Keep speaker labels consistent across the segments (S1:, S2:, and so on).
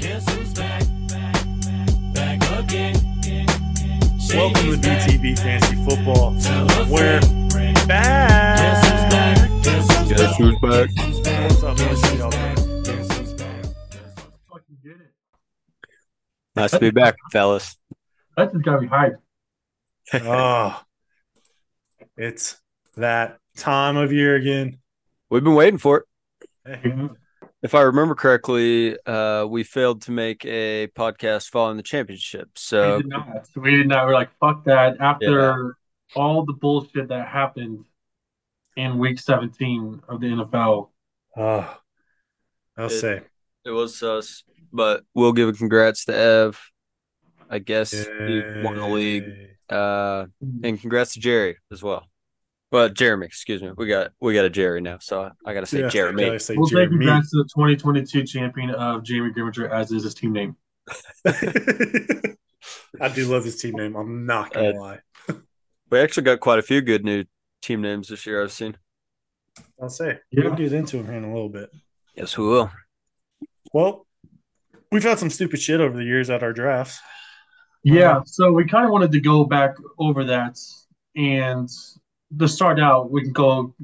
S1: Guess who's back? Back again.
S2: Welcome
S1: Shady's
S2: to
S1: back.
S2: DTB Fantasy Football.
S1: Tell a
S2: We're
S1: friend. Guess who's
S2: back.
S1: back? Guess who's
S3: Guess
S1: back?
S3: who's back?
S1: Guess who's back?
S2: What's up, man?
S1: Guess
S2: How y'all
S1: who's
S2: doing?
S1: back? Guess who's back?
S4: fucking did it.
S5: Nice to be back, fellas.
S4: That's just got me hyped.
S2: Oh, it's that time of year again.
S5: We've been waiting for it.
S2: Hey,
S5: If I remember correctly, uh, we failed to make a podcast following the championship.
S4: we
S5: So
S4: did not. We did not. We're like, fuck that. After all the bullshit that happened in week 17 of the NFL,
S2: oh, I'll
S5: It-
S2: say.
S5: it was us, but we'll give a congrats to Ev. I guess he won the league. Uh, and congrats to Jerry as well. Well, Jeremy, excuse me. We got we got a Jerry now, so I gotta say
S2: Yeah,
S5: Jeremy.
S2: gotta say
S4: we'll take you
S2: Jeremy.
S4: back to the 2022 champion of Jamie Grimminger, as is his team name.
S2: I do love his team name. I'm not gonna lie.
S5: We actually got quite a few good new team names this year. I've seen.
S2: I'll say.
S4: Yeah.
S2: We'll get into him here in a little bit.
S5: Yes, we will.
S2: Well, we've had some stupid shit over the years at our drafts.
S4: Yeah, Uh, so we kind of wanted to go back over that, and to start out, we can go.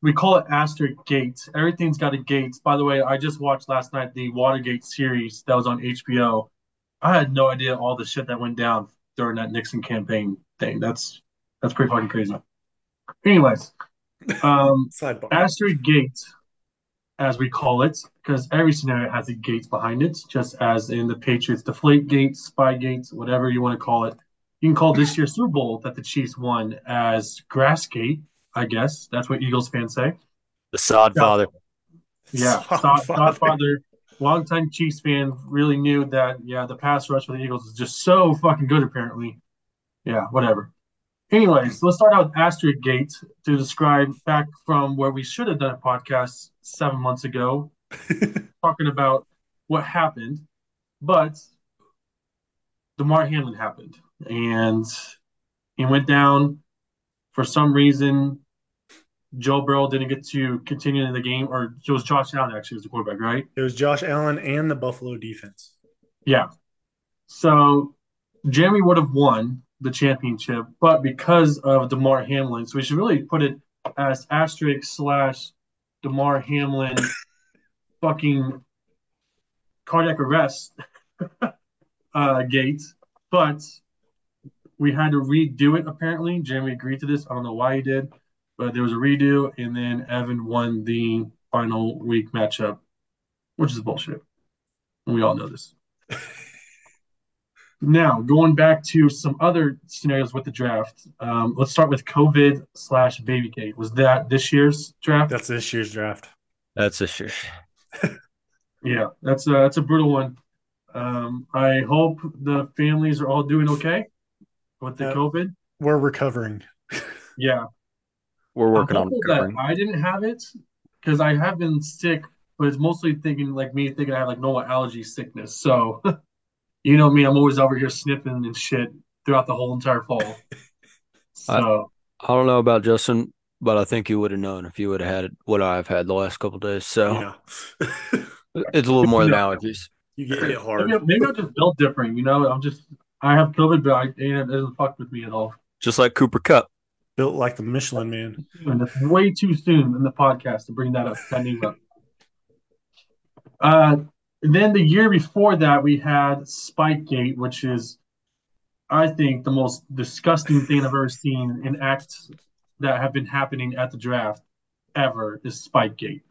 S4: We call it asterisk gate. Everything's got a gate. By the way, I just watched last night the Watergate series that was on HBO. I had no idea all the shit that went down during that Nixon campaign thing. That's that's pretty fucking crazy. Anyways, um,
S2: Sidebar.
S4: asterisk gate, as we call it, because every scenario has a gate behind it, just as in the Patriots deflate gate, spy gates, whatever you want to call it. You can call this year's Super Bowl that the Chiefs won as grass gate, I guess. That's what Eagles fans say.
S5: The Sod Father.
S4: Yeah, Godfather. Godfather, longtime Chiefs fan, really knew that. Yeah, the pass rush for the Eagles is just so fucking good, apparently. Yeah, whatever. Anyways, let's start out with asterisk gate to describe back from where we should have done a podcast seven months ago, talking about what happened, but DeMar Hamlin happened, and he went down for some reason. Joe Burrow didn't get to continue in the game, or it was Josh Allen actually was the quarterback, right?
S2: It was Josh Allen and the Buffalo defense.
S4: Yeah. So Jeremy would have won the championship, but because of DeMar Hamlin, so we should really put it as asterisk slash DeMar Hamlin fucking cardiac arrest uh, gate. But we had to redo it apparently. Jeremy agreed to this. I don't know why he did, but there was a redo, and then Evan won the final week matchup, which is bullshit. We all know this. Now, going back to some other scenarios with the draft, um, let's start with COVID slash Babygate. Was that this year's draft?
S2: That's this year's draft.
S5: That's a sure.
S4: Yeah, that's a, that's a brutal one. Um, I hope the families are all doing okay with the
S2: Yeah.
S4: COVID.
S2: We're recovering.
S4: Yeah,
S5: We're working
S4: I'm
S5: on
S4: hopeful
S5: recovering.
S4: that I didn't have it because I have been sick, but it's mostly thinking like me thinking I have like normal allergy sickness. So, you know me, I'm always over here sniffing and shit throughout the whole entire fall.
S5: I-
S4: So.
S5: I don't know about Justin, but I think you would have known if you would have had what I've had the last couple days. So
S2: You, know,
S5: it's a little more than
S4: Yeah.
S5: allergies.
S2: you get hit
S5: Uh,
S2: hard.
S4: Maybe, maybe I'm just built different, you know. I'm just I have COVID, but I, it doesn't fuck with me at all.
S5: Just like Cooper Cup.
S2: Built like the Michelin man.
S4: And it's way too soon in the podcast to bring that up. That name up. Uh, then the year before that, we had Spikegate, which is, I think, the most disgusting thing I've ever seen in acts that have been happening at the draft ever is Spikegate.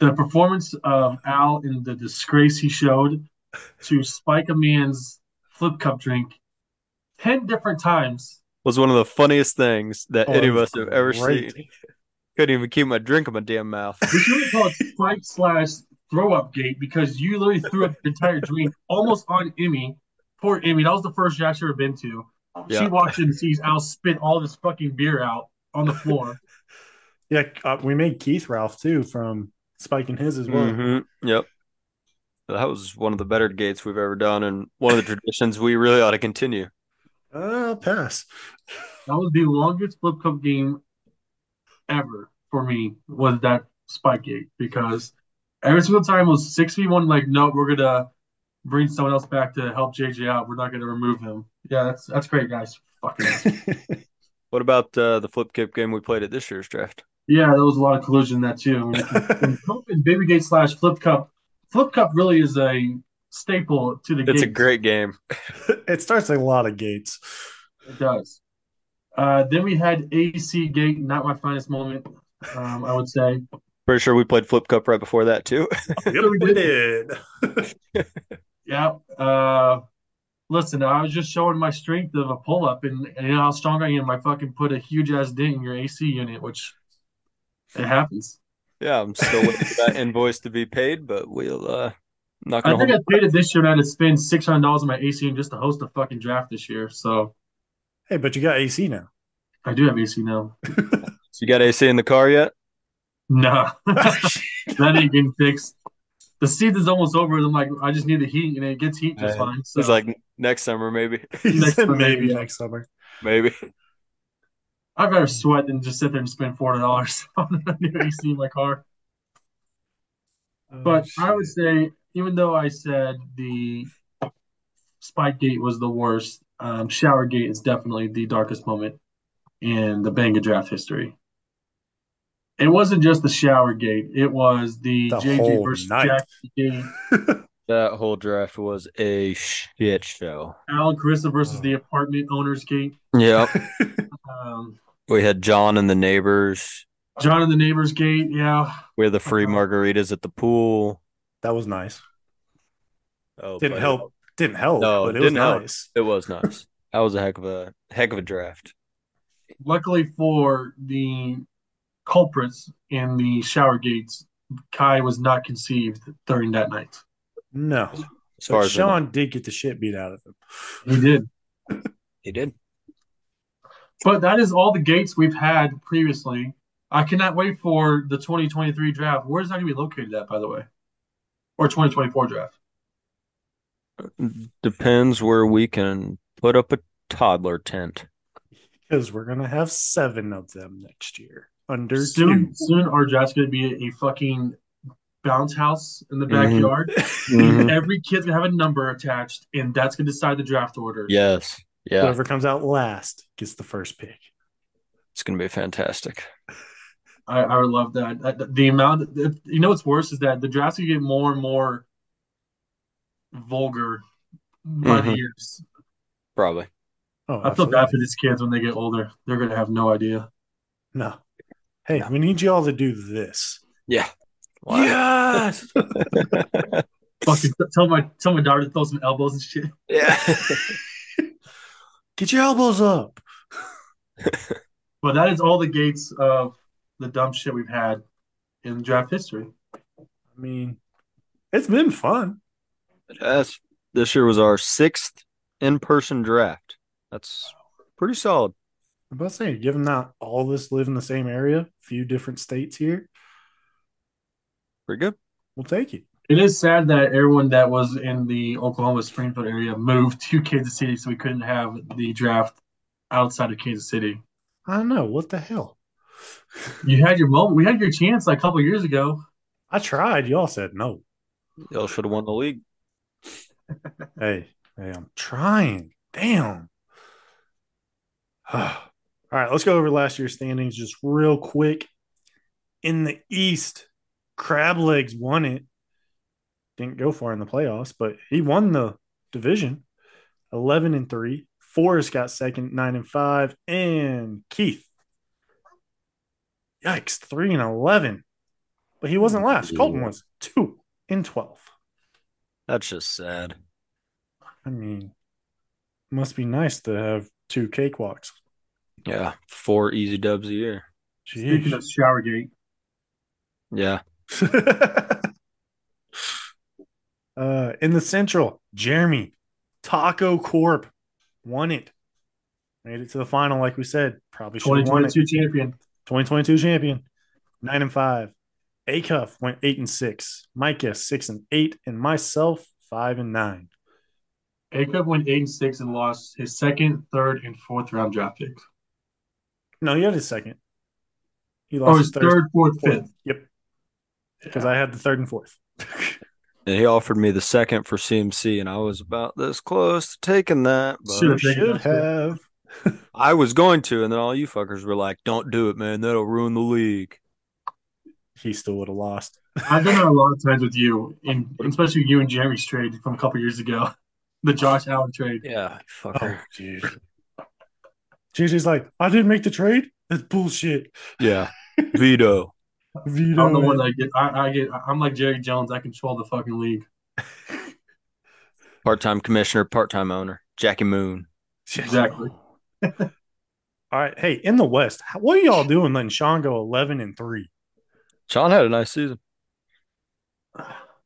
S4: The performance of Al and the disgrace he showed to spike a man's flip cup drink 10 different times
S5: Was one of the funniest things that
S4: Oh,
S5: any of us have ever
S2: Great.
S5: seen. Couldn't even keep my drink in my damn mouth.
S4: We should call it spike slash throw up gate because you literally threw up your entire drink almost on Emmy. Poor Emmy. That was the first draft she ever been to. She
S5: Yeah.
S4: walks in and sees Al spit all this fucking beer out on the floor.
S2: Yeah, uh, we made Keith Ralph too from spiking his as well.
S5: Mhm. Yep. That was one of the better gates we've ever done, and one of the traditions we really ought to continue.
S2: Uh, pass.
S4: That was the longest flip cup game ever for me was that spike gate because every single time it was six v one. Like, no, we're gonna bring someone else back to help JJ out. We're not going to remove him. Yeah, that's that's great, guys. Fucking
S5: What about uh, the flip kip game we played at this year's draft?
S4: yeah, there was a lot of collusion in that too. and Hope and Baby Gate slash Flip Cup. Flip Cup really is a staple to the game.
S5: It's a great game.
S2: it starts a lot of gates.
S4: It does. Uh, then we had AC Gate, not my finest moment, um, I would say.
S5: Pretty sure we played flip cup right before that too.
S2: Yep, we did.
S4: Yeah. Uh, listen, I was just showing my strength of a pull up and, and you know how strong I am. I fucking put a huge ass dent in your AC unit, which it happens.
S5: yeah, I'm still waiting for that invoice to be paid, but we'll uh, not
S4: I
S5: gonna.
S4: think I
S5: Hold...
S4: paid it this year and I had to spend six hundred dollars on my AC unit just to host a fucking draft this year. So
S2: Hey, but you got AC now.
S4: I do have AC now.
S5: You got AC in the car yet?
S4: Nah, that ain't getting fixed. The season's almost over, and I'm like, I just need the heat, and it gets heat just
S5: Yeah.
S4: fine. So
S5: It's like next summer, maybe,
S2: He
S4: Next
S2: said
S4: summer,
S2: maybe
S4: yeah.
S2: next summer.
S5: maybe.
S4: I'd rather sweat than just sit there and spend forty dollars on a new AC in my car. But
S2: Oh,
S4: I would say, even though I said the Spike Gate was the worst, um, Shower Gate is definitely the darkest moment in the Banga draft history. It wasn't just the Shower Gate; it was the,
S2: The
S4: JJ
S2: whole
S4: versus
S2: night.
S4: Jackie Gate,
S5: That whole draft was a shit show.
S4: Alan Carissa versus the Apartment Owners Gate,
S5: Yep.
S4: um,
S5: We had John and the neighbors.
S4: John and the Neighbors Gate. Yeah,
S5: We had the free
S2: Uh-huh.
S5: margaritas at the pool.
S2: that was nice.
S5: Oh,
S2: Didn't
S5: but
S2: help. Didn't help.
S5: No,
S2: but it
S5: didn't
S2: was
S5: help.
S2: nice.
S5: It was nice. That was a heck of a heck of a draft.
S4: luckily for the culprits in the Shower Gates, Kai was not conceived during that night.
S2: No.
S5: As far
S2: But
S5: as I know.
S2: Sean did get the shit beat out of him.
S4: He did.
S5: he did.
S4: But that is all the gates we've had previously. I cannot wait for the 2023 draft. Where is that going to be located at, by the way? Or 2024 draft?
S5: Depends where we can put up a toddler tent.
S2: Because we're gonna have seven of them next year. Under
S4: Soon,
S2: two.
S4: soon our draft's going to be a fucking bounce house in the
S5: Mhm.
S4: backyard. Every kid's going to have a number attached, and that's going to decide the draft order.
S5: Yes. Yeah.
S2: Whoever comes out last gets the first pick.
S5: It's going to be fantastic.
S4: I, I would love that. Uh, th- The amount, th- you know, what's worse is that the drafts get more and more vulgar by the
S5: Mhm.
S4: years.
S5: Probably.
S2: Oh,
S4: I feel bad for
S2: absolutely.
S4: these kids when they get older. They're going to have no idea.
S2: No. Hey, we need you all to do this.
S5: Yeah.
S2: Yes.
S4: Fucking t- tell my tell my daughter to throw some elbows and shit.
S5: Yeah.
S2: Get your elbows up.
S4: But that is all the gates of the dumb shit we've had in draft history.
S2: I mean, it's been fun.
S5: yes. This year was our sixth in person draft. That's pretty solid.
S2: I'm about to say, given that all of us live in the same area, few different states here,
S5: Pretty good.
S2: we'll take it.
S4: It is sad that everyone that was in the Oklahoma Springfield area moved to Kansas City, so we couldn't have the draft outside of Kansas City.
S2: I don't know what the hell.
S4: You had your moment. We had your chance like a couple years ago.
S2: I tried. Y'all said no.
S5: Y'all should have won the league.
S2: Hey, hey, I'm trying. Damn. All right, let's go over last year's standings just real quick. In the East, Crab Legs won it. Didn't go far in the playoffs, but he won the division 11 and 3. Forrest got second, 9 and 5. And Keith, yikes, 3 and 11. But he wasn't last. Colton was 2 and 12.
S5: That's just sad.
S2: I mean, must be nice to have two cakewalks.
S5: Yeah. Four easy dubs a year.
S2: Jeez.
S4: Speaking of Showergate,
S5: Yeah.
S2: uh, in the Central, Jeremy Taco Corp won it. Made it to the final, like we said. Probably should have won it.
S4: 2022 champion.
S2: 2022 champion, nine and five. Acuff went eight and six. Micah six and eight, and myself five and nine.
S4: Jacob went eight and six and lost his second, third, and fourth round draft pick.
S2: No, he had his second. He lost
S4: Or Oh, his
S2: his
S4: third, fourth,
S2: fourth.
S4: fifth.
S2: Yep, because I had the third and fourth.
S5: and he offered me the second for CMC, and I was about this close to taking that, but
S4: Should've taken
S2: Should
S4: that shit.
S2: have.
S5: I was going to, and then all you fuckers were like, "Don't do it, man. That'll ruin the league."
S2: He still would have lost.
S4: I've done that a lot of times with you, and especially you and Jeremy's trade from a couple years ago, the Josh Allen trade.
S5: Yeah,
S2: Oh,
S5: fucker.
S2: dude. JJ's like, I didn't make the trade. That's bullshit.
S5: Yeah, veto.
S2: Vito.
S4: I'm the one that get. I, I get. I'm like Jerry Jones. I control the fucking league.
S5: Part-time commissioner, part-time owner, Jackie Moon.
S4: Exactly.
S2: All right. Hey, in the West, how- what are y'all doing letting Sean go 11 and 3?
S5: Sean had a nice season.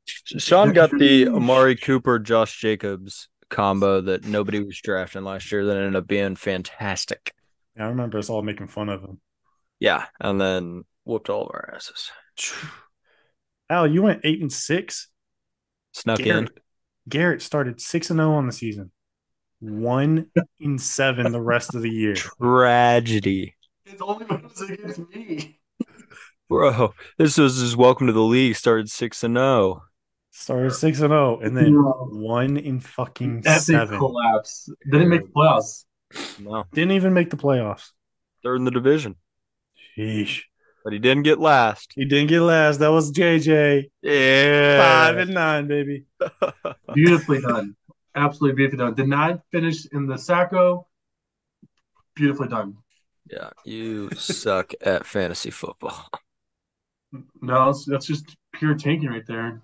S5: Sean got the Amari Cooper, Josh Jacobs combo that nobody was drafting last year that ended up being fantastic.
S2: Yeah, I remember us all making fun of him.
S5: Yeah, and then whooped all of our asses.
S2: Al, you went 8 and 6.
S5: Snuck in.
S2: Garrett, Garrett started 6 and 0 on the season. 1 in 7 the rest of the year.
S5: Tragedy.
S4: It's only because it against me.
S5: Bro, this was his welcome to the league. Started six and oh. zero.
S2: Started 6 and 0 and then
S4: No.
S2: 1 in fucking
S4: That's a
S2: 7.
S4: collapse. Didn't make the playoffs.
S5: No,
S2: Didn't even make the playoffs.
S5: third in the division,
S2: Sheesh.
S5: but he didn't get last.
S2: He didn't get last. That was JJ.
S5: Yeah,
S2: Five and nine, baby.
S4: Beautifully done. Absolutely beautifully done. Did not finish in the Sacco. Beautifully done.
S5: yeah. You suck at fantasy football.
S4: No, that's, that's just pure tanking right there.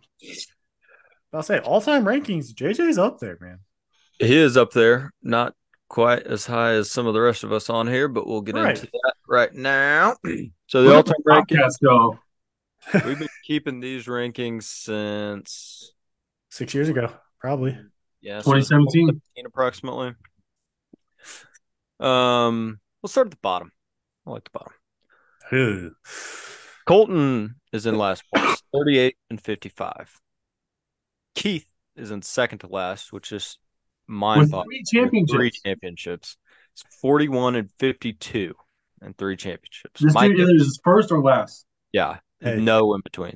S2: I'll say all time rankings. JJ's up there, man.
S5: He is up there, not quite as high as some of the rest of us on here, but we'll get
S2: Right.
S5: into that right now. So the all-time ranking.
S4: Podcast, though.
S5: We've been keeping these rankings since
S2: Six years ago, probably.
S5: yeah, so
S4: 2017.
S5: 2017 approximately. Um, we'll start at the bottom. I like the bottom.
S2: Ew.
S5: Colton is in last place, 38 and 55. Keith is in second to last, which is mind
S4: With
S5: boggling.
S4: three
S5: Three
S4: championships.
S5: championships. It's 41 and 52 and three championships.
S4: This
S5: My
S4: dude either is first or last.
S5: yeah,
S2: Hey.
S5: no in between.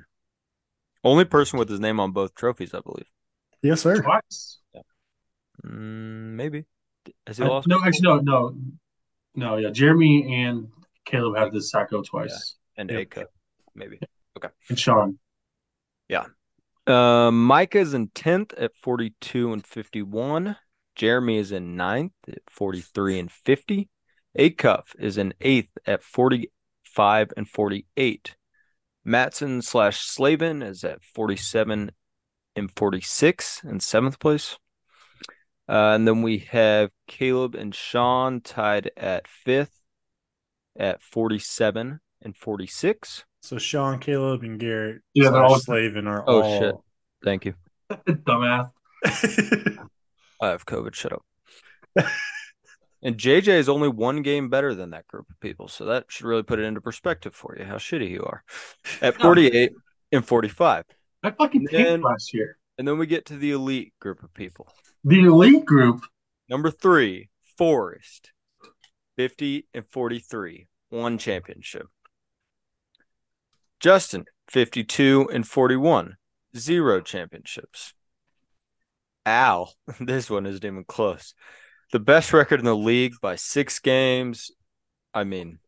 S5: Only person with his name on both trophies, I believe.
S2: Yes, sir.
S4: Twice.
S5: Mm, maybe. Has he
S4: I-
S5: lost?
S4: no, actually, no, no, no. Yeah, Jeremy and Caleb had this Sacco twice,
S5: And
S2: yeah.
S5: Aiko, maybe.
S4: and Sean.
S5: Uh, Micah is in 10th at 42 and 51. Jeremy is in 9th at 43 and 50. Acuff is in 8th at 45 and 48. Matson slash Slavin is at 47 and 46 in 7th place. Uh, and then we have Caleb and Sean tied at 5th at 47 and 46.
S2: So Sean, Caleb, and Garrett
S4: Yeah, they're
S2: slash
S4: all-
S2: Slavin are
S5: Oh,
S2: all.
S5: Thank you.
S4: Dumbass.
S5: I have uh, COVID. Shut up. and JJ is only one game better than that group of people. So that should really put it into perspective for you how shitty you are at
S4: No.
S5: 48 and 45.
S4: I fucking picked
S5: Then-
S4: last year.
S5: And then we get to the elite group of people.
S4: The elite group.
S5: Number three, Forrest, 50 and 43, one championship. Justin, 52 and 41, zero championships. Al, this one isn't even close. The best record in the league by six games. I mean,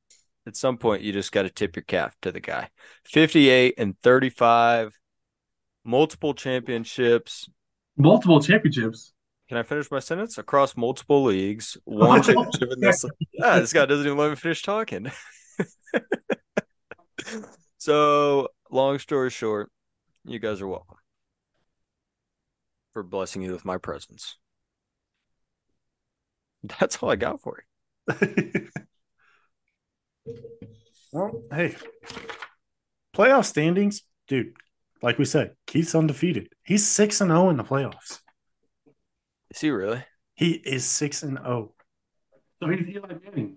S5: at some point, you just got to tip your cap to the guy. 58 and 35, multiple championships,
S4: multiple championships.
S5: can I finish my sentence? Across multiple leagues, one championship in this. Yeah, this guy doesn't even let me finish talking. so, long story short, you guys are welcome for blessing you with my presence. That's all I got for you.
S2: well, hey, playoff standings, dude. Like we said, Keith's undefeated. He's six and zero in the playoffs.
S5: Is he really?
S2: He is six and oh. zero.
S4: So he's Eli Manning.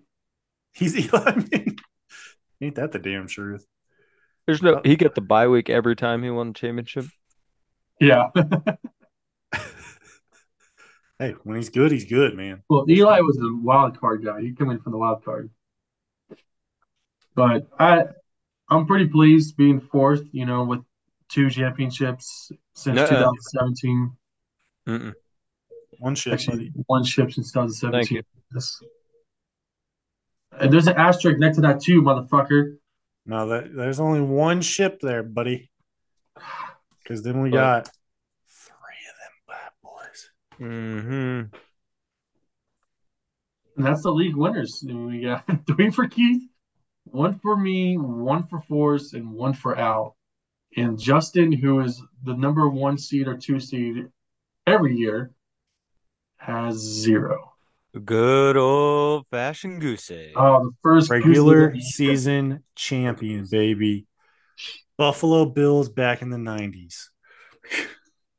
S2: He's Eli. Manning. Ain't that the damn truth?
S5: There's no. He got the bye week every time he won the championship.
S4: Yeah.
S2: Hey, when he's good, he's good, man.
S4: Well, Eli was a wild card guy. He came in from the wild card. But I, I'm pretty pleased being fourth. You know, with two championships since
S5: Nuh-uh.
S4: 2017.
S5: Mm-mm.
S2: One shit,
S4: Actually,
S2: buddy.
S4: one ship since
S5: Thank you.
S4: 2017. Yes. And there's an asterisk next to that too, motherfucker.
S2: No, that, there's only one ship there, buddy. Because then we
S5: But-
S2: got three of them bad boys.
S5: hmm
S4: And that's the league winners. And we got three for Keith, one for me, one for Forrest, and one for Al. And Justin, who is the number one seed or two seed every year, has zero.
S5: Good old fashioned goose egg.
S4: Oh, the first goose of
S2: Regular
S4: the year.
S2: season champion, baby. Buffalo Bills back in the 90s.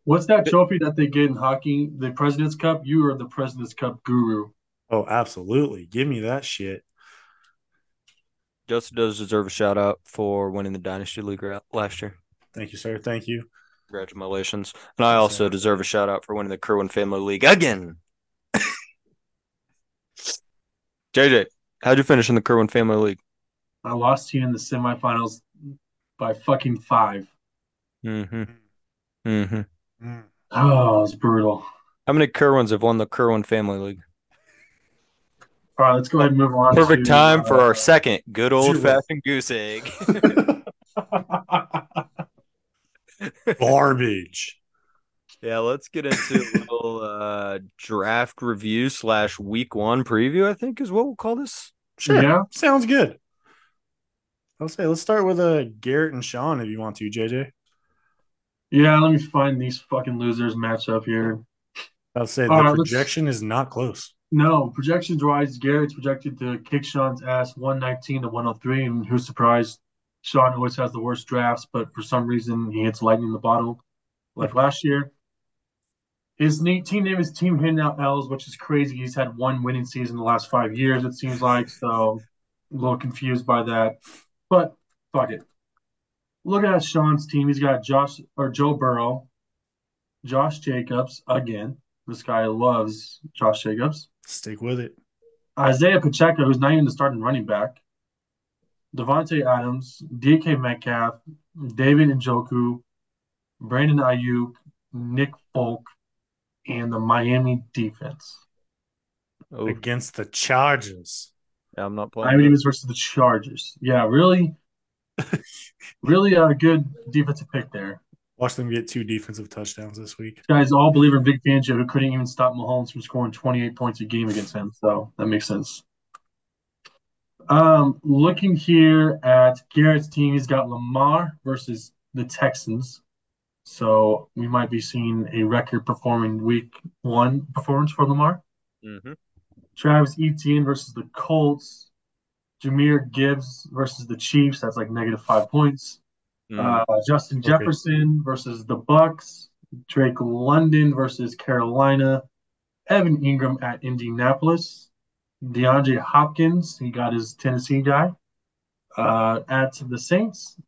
S4: What's that trophy that they get in hockey? The President's Cup. You are the President's Cup guru.
S2: Oh, absolutely. Give me that shit.
S5: Justin does deserve a shout out for winning the Dynasty League ra- last year.
S2: Thank you, sir. Thank you.
S5: Congratulations. And I also deserve a shout out for winning the Kerwin Family League again. JJ, how'd you finish in the Kerwin Family League?
S4: I lost to you in the semifinals by fucking five.
S5: Mm-hmm. Mm-hmm.
S2: Mm.
S4: Oh, it was brutal.
S5: How many Kerwins have won the Kerwin Family League?
S4: All right, let's go ahead and move on.
S5: Perfect
S4: to,
S5: time for
S4: uh,
S5: our second good old
S2: Zero.
S5: fashioned goose egg.
S2: Garbage.
S5: yeah, let's get into a little uh, draft review slash week one preview, I think is what we'll call this.
S2: Sure.
S4: Yeah.
S2: Sounds good. I'll say let's start with uh, Garrett and Sean if you want to, JJ.
S4: Yeah, let me find these fucking losers match up here.
S2: I'll say
S4: All
S2: the
S5: Uh,
S4: right, let's-
S2: projection is not close.
S4: No, projections wise, Garrett's projected to kick Sean's ass 119 to 103. And who's surprised? Sean always has the worst drafts, but for some reason he hits lightning in the bottle like last year. His ne- team name is Team Hitting Out L's, which is crazy. He's had one winning season in the last five years, it seems like. So a little confused by that. But fuck it. Look at Sean's team. He's got Josh or Joe Burrow, Josh Jacobs again. This guy loves Josh Jacobs.
S2: Stick with it.
S4: Isaiah Pacheco, who's not even the starting running back, Devontae Adams, DK Metcalf, David Njoku, Brandon Ayuk, Nick Folk, and the Miami defense.
S5: Oh, yeah,
S2: Against the Chargers.
S5: I'm not playing.
S4: Miami defense versus the Chargers. Yeah, really, really a good defensive pick there.
S2: Watch them get two defensive touchdowns this week.
S4: Guys all believe in Vic Fangio, who couldn't even stop Mahomes from scoring 28 points a game against him. So that makes sense. Um, looking here at Garrett's team, he's got Lamar versus the Texans. So we might be seeing a record performing week one performance for Lamar.
S5: Mhm.
S4: Travis Etienne versus the Colts. Jameer Gibbs versus the Chiefs. That's like negative five points.
S5: Mhm.
S4: Uh, Justin Jefferson versus the Bucks, Drake London versus Carolina, Evan Ingram at Indianapolis, DeAndre Hopkins, he got his Tennessee guy, uh, at the Saints,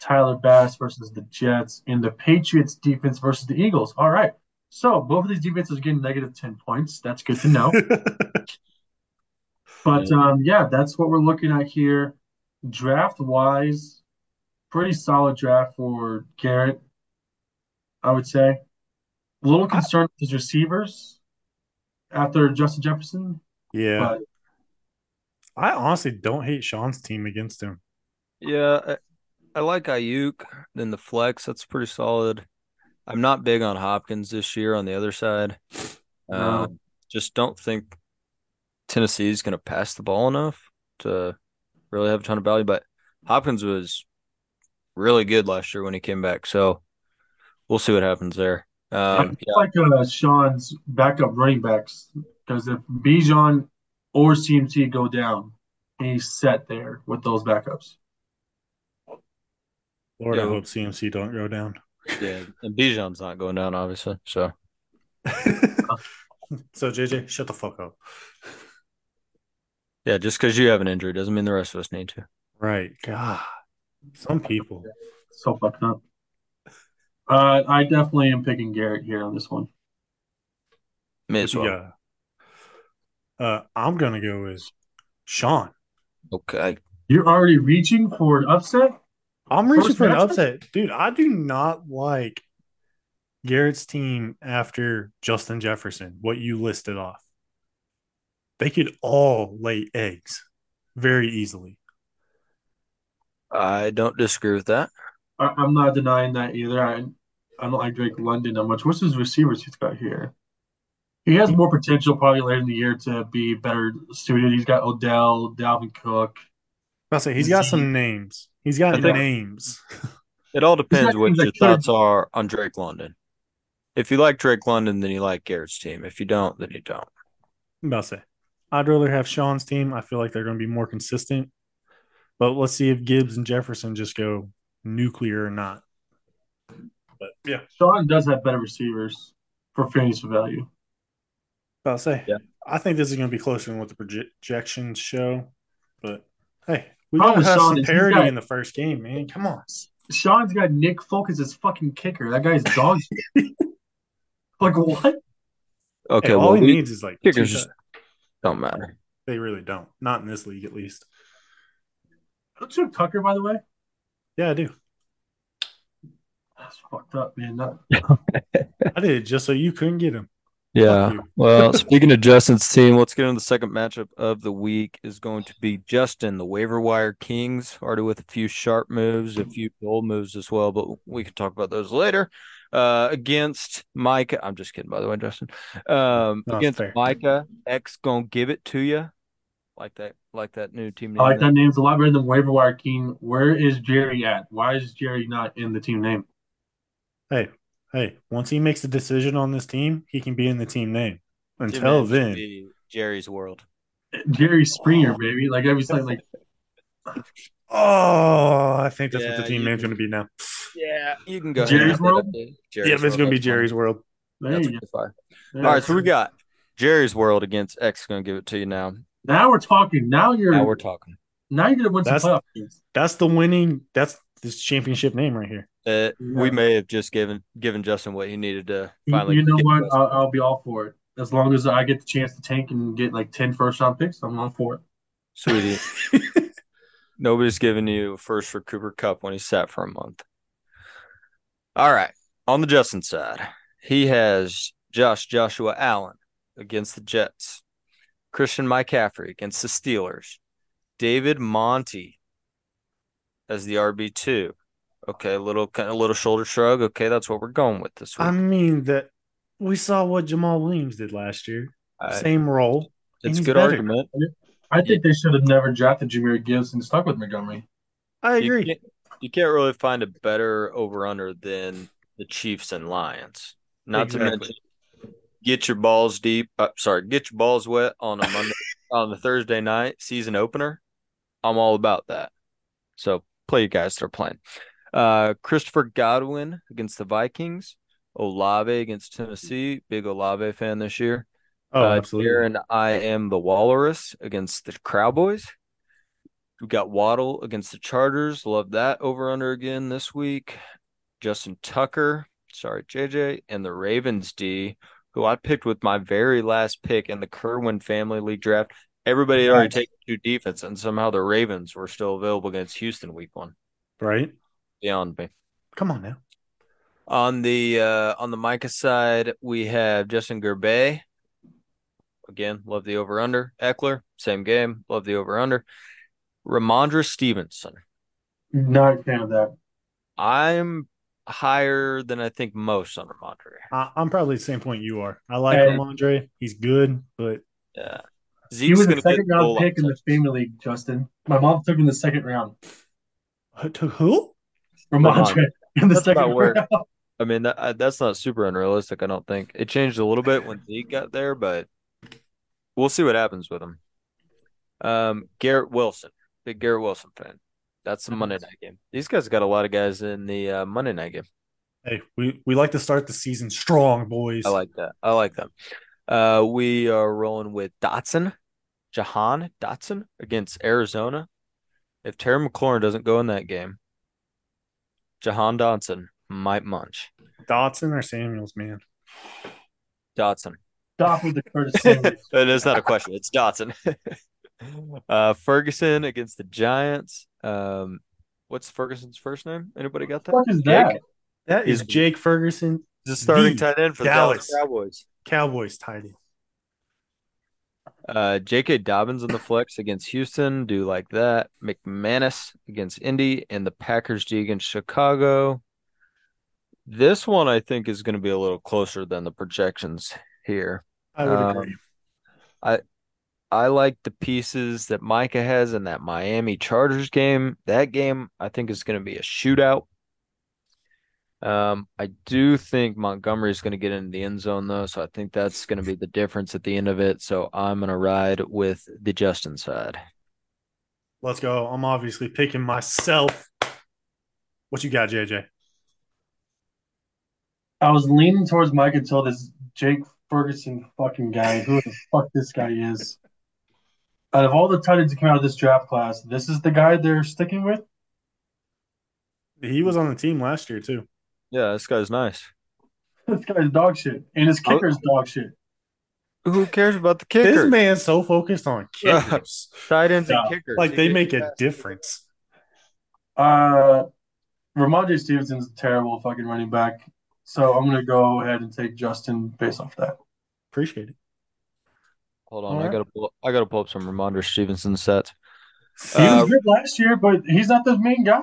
S4: Tyler Bass versus the Jets, and the Patriots defense versus the Eagles. All right. So both of these defenses are getting negative 10 points. That's good to know. But um, yeah, that's what we're looking at here. Draft wise, pretty solid draft for Garrett, I would say. A little concerned with his receivers after Justin Jefferson.
S2: yeah.
S4: But
S2: I honestly don't hate Sean's team against him.
S5: Yeah, I, I like Ayuk then the flex. That's pretty solid. I'm not big on Hopkins this year on the other side.
S4: No.
S5: Um, just don't think Tennessee's going to pass the ball enough to really have a ton of value. But Hopkins was really good last year when he came back. So we'll see what happens there.
S4: I
S5: Um, yeah,
S4: feel like uh, Sean's backup running backs, because if Bijan or CMC go down, he's set there with those backups.
S2: Lord, I
S5: Yeah.
S2: hope CMC don't go down.
S5: yeah. And Bijan's not going down, obviously. So
S2: so JJ, shut the fuck up.
S5: yeah, just because you have an injury doesn't mean the rest of us need to.
S2: Right. God. Some people.
S4: So fucked up. Uh, I definitely am picking Garrett here on this one.
S5: May as well.
S2: Yeah. Uh, I'm gonna go with Sean.
S5: Okay.
S4: You're already reaching for an upset?
S2: I'm reaching
S4: First
S2: for an
S4: matchup?
S2: upset, dude. I do not like Garrett's team after Justin Jefferson, what you listed off, they could all lay eggs very easily.
S5: I don't disagree with that.
S4: I, I'm not denying that either. I, I don't like Drake London that much. What's his receivers he's got here? He has more potential probably later in the year to be better suited. He's got Odell, Dalvin Cook.
S2: I say he's got some names. He's got
S5: I think-
S2: names.
S5: It all depends
S4: that
S5: what
S4: team's
S5: your
S4: like third-
S5: thoughts are on Drake London. If you like Drake London, then you like Garrett's team. If you don't, then you don't.
S2: I'm about to say, I'd rather have Sean's team. I feel like they're going to be more consistent. But let's see if Gibbs and Jefferson just go nuclear or not. But yeah,
S4: Sean does have better receivers for fantasy value.
S2: about to say,
S5: Yeah.
S2: I think this is going to be closer than what the projections show. But hey, we got
S4: Problem
S2: to
S4: with
S2: have
S4: Sean
S2: some
S4: is he's
S2: parity
S4: got-
S2: in the first game, man. Come on.
S4: Sean's got Nick Folk as his fucking kicker. That guy's dog shit. like what?
S5: Okay,
S2: Hey, all
S5: well,
S2: he
S5: we
S2: needs is like two
S5: kickers just-
S2: tou-
S5: don't matter.
S2: They really don't. Not in this league, at least.
S4: Don't you have Tucker, by the way?
S2: Yeah, I do.
S4: That's fucked up, man. That,
S2: I did it just so you couldn't get him.
S5: Yeah.
S2: Fuck you.
S5: Well, speaking of Justin's team, let's get into the second matchup of the week. Is going to be Justin, the waiver wire Kings, already with a few sharp moves, a few bold moves as well, but we can talk about those later. Uh, against Micah, I'm just kidding, by the way, Justin. Um,
S2: No, it's
S5: against
S2: fair.
S5: Micah, X gonna give it to you, like that, like that new team name.
S4: I like
S5: there.
S4: that name's a lot better than waiver wire king. Where is Jerry at? Why is Jerry not in the team name?
S2: Hey, hey, once he makes a decision on this team, he can be in the team name.
S5: Team
S2: Until
S5: name should
S2: then,
S5: be Jerry's world.
S4: Jerry Springer, baby. Like every time, like
S2: oh, I think that's what
S5: Yeah,
S2: the team
S5: you-
S2: name's going to be now.
S5: Yeah, you can go.
S4: Jerry's World?
S5: Jerry's
S2: yeah, but it's going to be
S5: that's fine.
S2: Jerry's World.
S4: there
S5: That's
S4: you go.
S5: pretty fire.
S4: There
S5: All right,
S4: you
S5: so we
S4: go.
S5: got Jerry's World against X. Going to give it to you now.
S4: now we're talking. Now you're
S5: Now we're talking.
S4: now you're gonna win some
S2: That's-
S4: playoff games.
S2: That's the winning. That's this championship name right here.
S5: Uh, We
S4: Yeah.
S5: may have just given given Justin what he needed to
S4: You-
S5: finally.
S4: you know
S5: get
S4: what?
S5: us.
S4: I'll, I'll be all for it as long as I get the chance to tank and get like 10 first round picks. I'm all for it.
S5: sweetie. Nobody's giving you a first for Cooper Cup when he sat for a month. All right, on the Justin side, he has Josh Joshua Allen against the Jets, Christian McCaffrey against the Steelers, David Monty as the RB two. Okay, a little kind of little shoulder shrug. Okay, that's what we're going with this week.
S2: I mean that we saw what Jamal Williams did last year.
S5: I-
S2: Same role.
S5: it's a
S2: he's
S5: good
S2: better.
S5: argument.
S4: I think they should have never drafted Jameer Gibbs and stuck with Montgomery.
S2: I
S5: You
S2: agree.
S5: can't, you can't really find a better over under than the Chiefs and Lions. Not to
S2: Exactly.
S5: mention, get your balls deep. Uh, sorry, get your balls wet on a Monday, on the Thursday night season opener. I'm all about that. So play you guys that are playing. Uh, Christopher Godwin against the Vikings. Olave against Tennessee. Big Olave fan this year.
S2: Oh,
S5: Uh,
S2: absolutely.
S5: Darren, I am the Walrus against the Cowboys. We got Waddle against the Chargers. Love that over under again this week. Justin Tucker, sorry, JJ, and the Ravens D, who I picked with my very last pick in the Kerwin Family League draft. Everybody had already taken two defense, and somehow the Ravens were still available against Houston week one.
S2: Right?
S5: Beyond me.
S2: Come on now.
S5: On the uh on the Micah side, we have Justin Gerbe. Again, love the over under. Eckler, same game, love the over under. Ramondre Stevenson.
S4: Not a fan of that.
S5: I'm higher than I think most on Ramondre.
S2: I, I'm probably the same point you are. I like
S4: Hey.
S2: Ramondre. He's good, but
S5: Yeah.
S4: He
S5: Zeke's
S4: was a
S5: gonna get
S4: second round
S5: goal
S4: pick in the
S5: line touches.
S4: family league, Justin. My mom took him in the second round.
S2: who- to who?
S4: Ramondre in the
S5: That's
S4: second
S5: about where-
S4: round.
S5: I mean that I, that's not super unrealistic, I don't think. It changed a little bit when Zeke got there, but we'll see what happens with him. Um Garrett Wilson, big Garrett Wilson fan. That's the Monday night game. These guys got a lot of guys in the uh, Monday night game.
S2: Hey, we, we like to start the season strong, boys.
S5: I like that. I like them. Uh, we are rolling with Dotson, Jahan Dotson against Arizona. If Terry McLaurin doesn't go in that game, Jahan Dotson might munch.
S2: Dotson or Samuels, man.
S5: Dotson.
S4: Stop with the Curtis
S5: and
S4: Samuel.
S5: it's Uh, not a question. It's Dotson. uh, Ferguson against the Giants. Um, what's Ferguson's first name? Anybody got that?
S4: What is that?
S5: Jake?
S2: That is
S5: He's-
S2: Jake Ferguson
S5: He's a starting
S2: The
S5: tight end for the Dallas
S2: Dallas.
S5: Cowboys.
S2: Cowboys tight end.
S5: Uh, J.K. Dobbins on the flex against Houston. Do like that. McManus against Indy and the Packers D against Chicago. This one I think is going to be a little closer than the projections here.
S2: I would
S5: Um,
S2: agree.
S5: I like the pieces that Micah has in that Miami Chargers game. That game, I think, is going to be a shootout. Um, I do think Montgomery is going to get into the end zone, though. So I think that's going to be the difference at the end of it. So I'm going to ride with the Justin side.
S2: Let's go. I'm obviously picking myself. What you got, JJ?
S4: I was leaning towards Mike until this Jake Ferguson fucking guy, who the fuck this guy is. Out of all the tight ends that came out of this draft class, this is the guy they're sticking with.
S2: He was on the team last year too.
S5: Yeah, this guy's nice.
S4: This guy's dog shit, and his kicker's dog shit.
S5: Who cares about the
S2: This
S5: kicker?
S2: man's so focused on kickers.
S5: Tight ends and
S4: Yeah,
S5: kickers.
S2: like they
S5: He-
S2: make a difference.
S4: Uh, Ramondre Stevenson's a terrible fucking running back, so I'm gonna go ahead and take Justin based off that.
S2: Appreciate it.
S5: Hold on,
S2: All
S5: I
S2: right.
S5: gotta pull. I gotta pull up some Ramondre Stevenson sets.
S4: He
S5: Uh,
S4: was good last year, but he's not the main guy.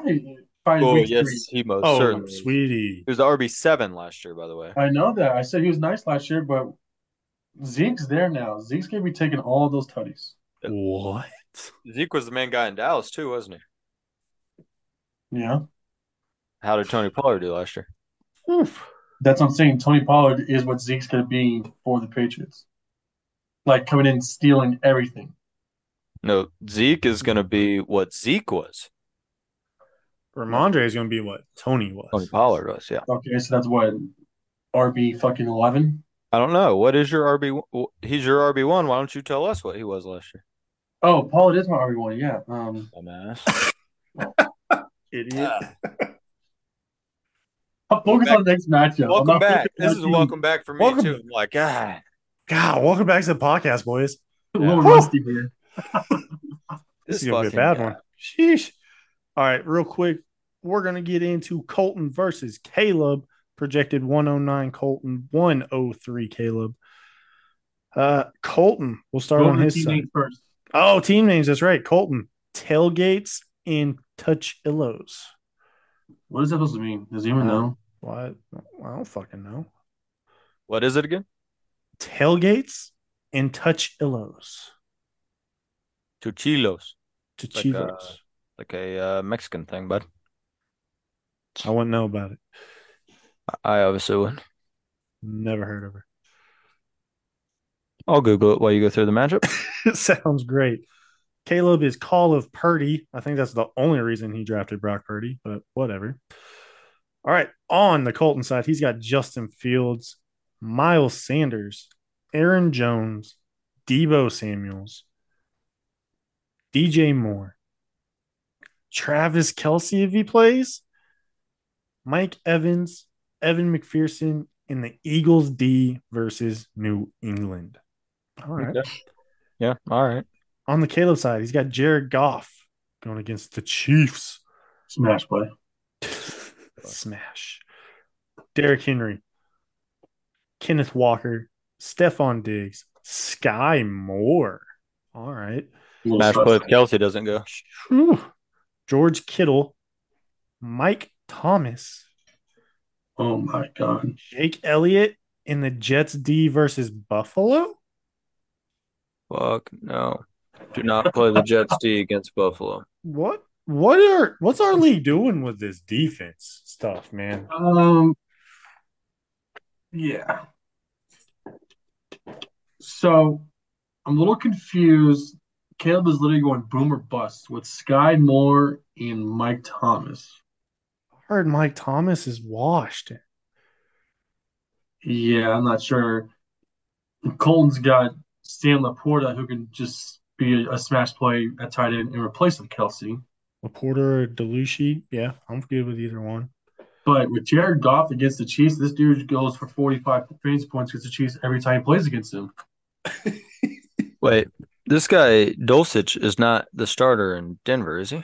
S4: By
S5: Oh
S4: week
S5: yes,
S4: three.
S5: he most
S2: oh,
S5: certainly. is.
S2: sweetie.
S5: He was the RB seven last year, by the way.
S4: I know that. I said he was nice last year, but Zeke's there now. Zeke's gonna be taking all those tutties.
S2: What?
S5: Zeke was the main guy in Dallas too, wasn't he?
S4: Yeah,
S5: How did Tony Pollard do last year?
S2: Oof.
S4: that's what I'm saying. Tony Pollard is what Zeke's gonna be for the Patriots, like coming in stealing everything.
S5: No, Zeke is going to be what Zeke was.
S2: Ramondre is going to be what Tony was.
S5: Tony Pollard was, yeah.
S4: Okay, so that's what RB fucking eleven.
S5: I don't know. What is your RB? He's your RB one. Why don't you tell us what he was last year?
S4: Oh, Pollard is my RB one. Yeah. Um.
S5: Dumbass.
S2: Idiot.
S4: I'll focus on the next matchup.
S5: welcome back. This is a
S4: a
S5: welcome back for me
S2: Welcome
S5: too. I'm like, ah, God,
S2: God, welcome back to the podcast, boys.
S4: A little
S2: Yeah.
S4: rusty here.
S2: This is gonna be a bad one. Sheesh. All right, real quick, we're gonna get into Colton versus Caleb. Projected 109 Colton, 103 Caleb. Uh Colton, we'll start
S4: Go
S2: on
S4: to the
S2: his
S4: team
S2: side.
S4: name first.
S2: Oh, team names. That's right. Colton, tailgates and touch illos.
S4: What is that supposed to mean? Does anyone
S2: Uh,
S4: know?
S2: What? I don't fucking know.
S5: What is it again?
S2: Tailgates and touch illos.
S5: Tuchilos,
S2: To
S5: Like,
S2: Chivas.
S5: uh, like a uh, Mexican thing, bud.
S2: I wouldn't know about it.
S5: I obviously would.
S2: Never heard of her.
S5: I'll Google it while you go through the matchup.
S2: It sounds great. Caleb is call of Purdy. I think that's the only reason he drafted Brock Purdy, but whatever. All right. On the Colton side, he's got Justin Fields, Miles Sanders, Aaron Jones, Debo Samuels, DJ Moore, Travis Kelsey, if he plays, Mike Evans, Evan McPherson, and the Eagles D versus New England. All right.
S5: Okay. Yeah. All right.
S2: On the Caleb side, he's got Jared Goff going against the Chiefs.
S4: Smash play.
S2: Smash. Derrick Henry, Kenneth Walker, Stephon Diggs, Sky Moore. All right.
S4: Little
S5: Match
S4: stress.
S5: play if Kelsey doesn't go.
S2: Whew. George Kittle, Mike Thomas,
S4: Oh my god.
S2: Jake Elliott, and the Jets D versus Buffalo.
S5: Fuck no. Do not play the Jets D against Buffalo.
S2: What? What are what's our league doing with this defense stuff, man?
S4: Um. Yeah. So, I'm a little confused. Caleb is literally going boom or bust with Sky Moore and Mike Thomas.
S2: I heard Mike Thomas is washed.
S4: Yeah, I'm not sure. Colton's got Stan Laporta, who can just be a, a smash play at tight end and replace with Kelsey.
S2: Laporta or Delushi. Yeah, I'm good with either one.
S4: But with Jared Goff against the Chiefs, this dude goes for 45 fantasy points against the Chiefs every time he plays against them.
S5: Wait, this guy Dulcich is not the starter in Denver, is he?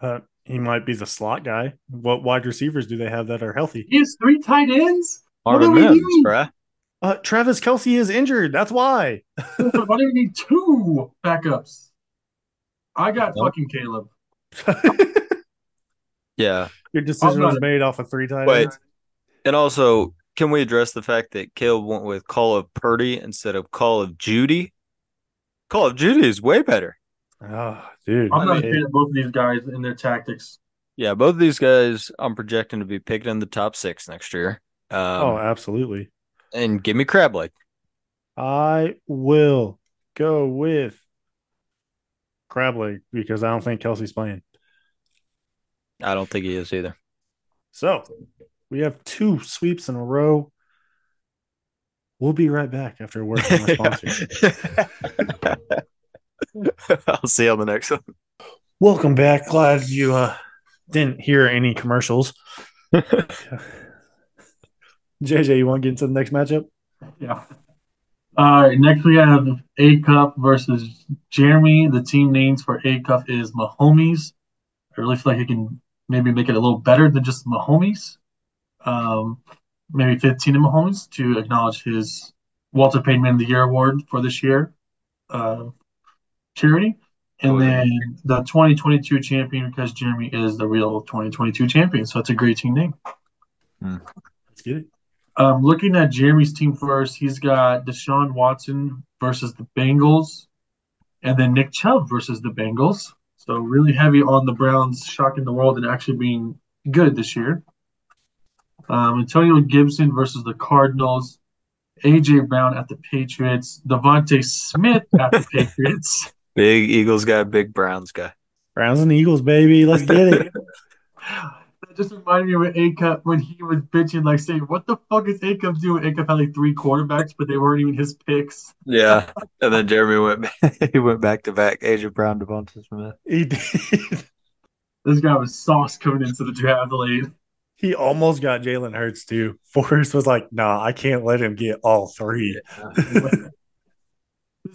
S2: Uh, he might be the slot guy. What wide receivers do they have that are healthy?
S4: He has three tight ends.
S5: Marvin
S4: do we
S5: Mims,
S4: mean?
S5: bruh.
S2: Uh, Travis Kelsey is injured. That's why.
S4: Why do we need two backups? I got
S5: Nope.
S4: fucking Caleb.
S5: Yeah.
S2: Your decision
S4: not
S2: was
S4: a-
S2: made off of three tight
S5: Wait.
S2: ends.
S5: And also, can we address the fact that Caleb went with Call of Purdy instead of Call of Judy? Call of Judy is way better.
S2: Oh, dude.
S4: I'm not a
S2: Hey,
S4: fan of both of these guys and their tactics.
S5: Yeah, both of these guys I'm projecting to be picked in the top six next year. Um,
S2: oh, absolutely.
S5: and give me crab leg.
S2: I will go with Crab Leg because I don't think Kelsey's playing.
S5: I don't think he is either.
S2: So we have two sweeps in a row. We'll be right back after a word from our sponsors.
S5: I'll see you on the next one.
S2: Welcome back. Glad you uh, didn't hear any commercials. JJ, you want to get into the next matchup?
S4: Yeah. All right. Next, we have A Cup versus Jeremy. The team names for A Cup is Mahomes. I really feel like he can maybe make it a little better than just Mahomes. Um, maybe 15 to Mahomes to acknowledge his Walter Payton Man of the Year award for this year uh, charity.
S5: Oh,
S4: And
S5: yeah.
S4: then the 2022 champion because Jeremy is the real 2022 champion. So it's a great team name.
S2: Let's get it.
S4: Um, looking at Jeremy's team first, he's got Deshaun Watson versus the Bengals, and then Nick Chubb versus the Bengals. So really heavy on the Browns, shocking the world and actually being good this year. Um, Antonio Gibson versus the Cardinals, AJ Brown at the Patriots, Devontae Smith at the Patriots,
S5: Big Eagles guy, big Browns guy.
S2: Browns and Eagles, baby. Let's get it.
S4: That just reminded me of A Cup when he was bitching, like saying, What the fuck is A Cup doing? A Cup had like three quarterbacks, but they weren't even his picks.
S5: Yeah. And then Jeremy went back, he went back to back. Agent Brown, Devonta Smith.
S2: he did.
S4: This guy was sauce coming into the draft late.
S2: He almost got Jalen Hurts too. Forrest was like, nah, I can't let him get all three.
S4: This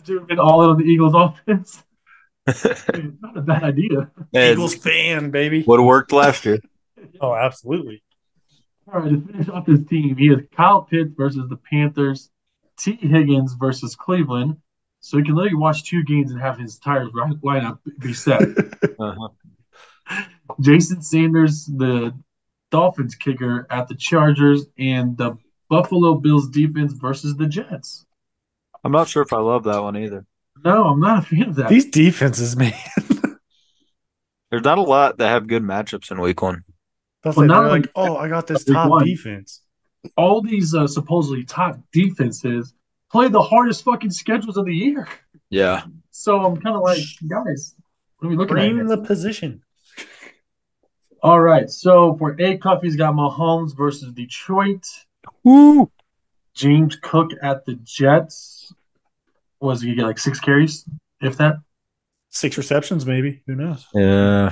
S4: dude been all in on the Eagles offense. Not a bad idea.
S5: Man,
S2: Eagles fan, baby.
S5: would have worked last year.
S2: Oh, absolutely.
S4: All right, to finish off this team, he has Kyle Pitts versus the Panthers, T. Higgins versus Cleveland. So he can literally watch two games and have his entire ri- lineup be set.
S5: Uh-huh.
S4: Jason Sanders, the Dolphins kicker at the Chargers, and the Buffalo Bills defense versus the Jets.
S5: I'm not sure if I love that one either.
S4: No, I'm not a fan of that.
S2: These defenses, man.
S5: There's not a lot that have good matchups in week one.
S2: That's
S4: Well,
S2: it.
S4: not
S2: They're
S4: only
S2: like, oh, I got this
S4: week
S2: top
S4: one.
S2: defense.
S4: all these uh, supposedly top defenses play the hardest fucking schedules of the year.
S5: Yeah.
S4: So I'm kind of like, guys, what are we looking at?
S2: Bring
S4: here?
S2: the position.
S4: All right, so for A Cup, he's got Mahomes versus Detroit.
S5: Woo.
S4: James Cook at the Jets. What Was he get like six carries, if that?
S2: Six receptions, maybe. Who knows?
S5: Yeah.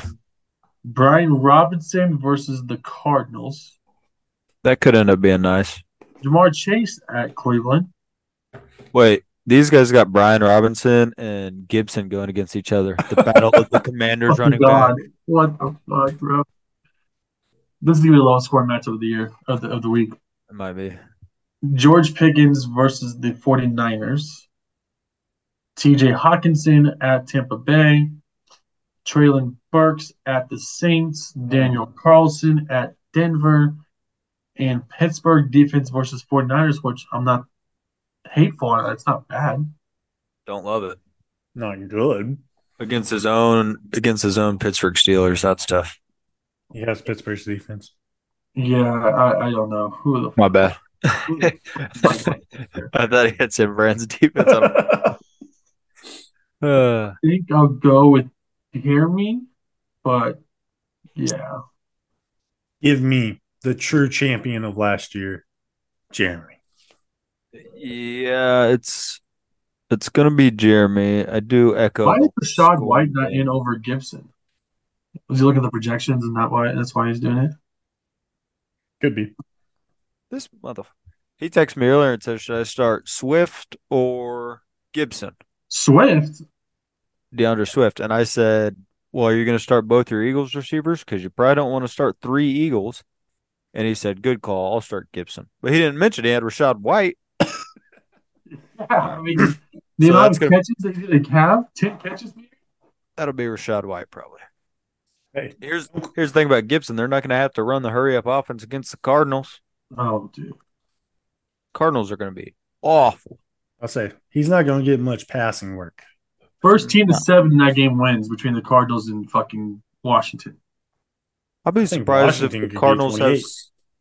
S4: Brian Robinson versus the Cardinals.
S5: That could end up being nice.
S4: Jamar Chase at Cleveland.
S5: Wait, these guys got Brian Robinson and Gibson going against each other. The battle of the commanders running
S4: Fucking
S5: back.
S4: Oh What the fuck, bro? This is gonna be the lowest scoring match of the year of the of the week.
S5: It might be.
S4: George Pickens versus the 49ers. TJ Hawkinson at Tampa Bay. Traylon Burks at the Saints. Daniel Carlson at Denver. And Pittsburgh defense versus 49ers, which I'm not hateful on. It's not bad.
S5: Don't love it.
S2: Not good.
S5: Against his own against his own Pittsburgh Steelers. That's tough.
S2: He has Pittsburgh's defense.
S4: Yeah, I, I don't know. Who the
S5: My bad.
S4: fuck?
S5: I thought he had Sam Brand's defense on him. Uh,
S4: I think I'll go with Jeremy, but yeah.
S2: Give me the true champion of last year, Jeremy.
S5: yeah, it's it's gonna be Jeremy. I do echo.
S4: Why is Rashad White not in over Gibson? Was he looking at the projections and that why that's why he's doing it?
S2: Could be.
S5: This mother. He texted me earlier and said, "Should I start Swift or Gibson?"
S4: Swift?
S5: DeAndre Swift, and I said, "Well, are you going to start both your Eagles receivers? Because you probably don't want to start three Eagles." And he said, Good call. I'll start Gibson. But he didn't mention he had Rashad White.
S4: Yeah, I mean, the
S5: So
S4: amount
S5: that's
S4: of
S5: gonna-
S4: catches that they have, 10 catches maybe?
S5: That'll be Rashad White, probably.
S2: Hey.
S5: Here's here's the thing about Gibson. They're not going to have to run the hurry up offense against the Cardinals.
S4: Oh, dude.
S5: Cardinals are going to be awful.
S2: I'll say he's not going to get much passing work.
S4: First team to seven in that game wins between the Cardinals and fucking Washington.
S5: I'd be
S2: I think
S5: surprised if
S2: Washington
S5: the
S2: could be
S5: Cardinals have.
S2: 28.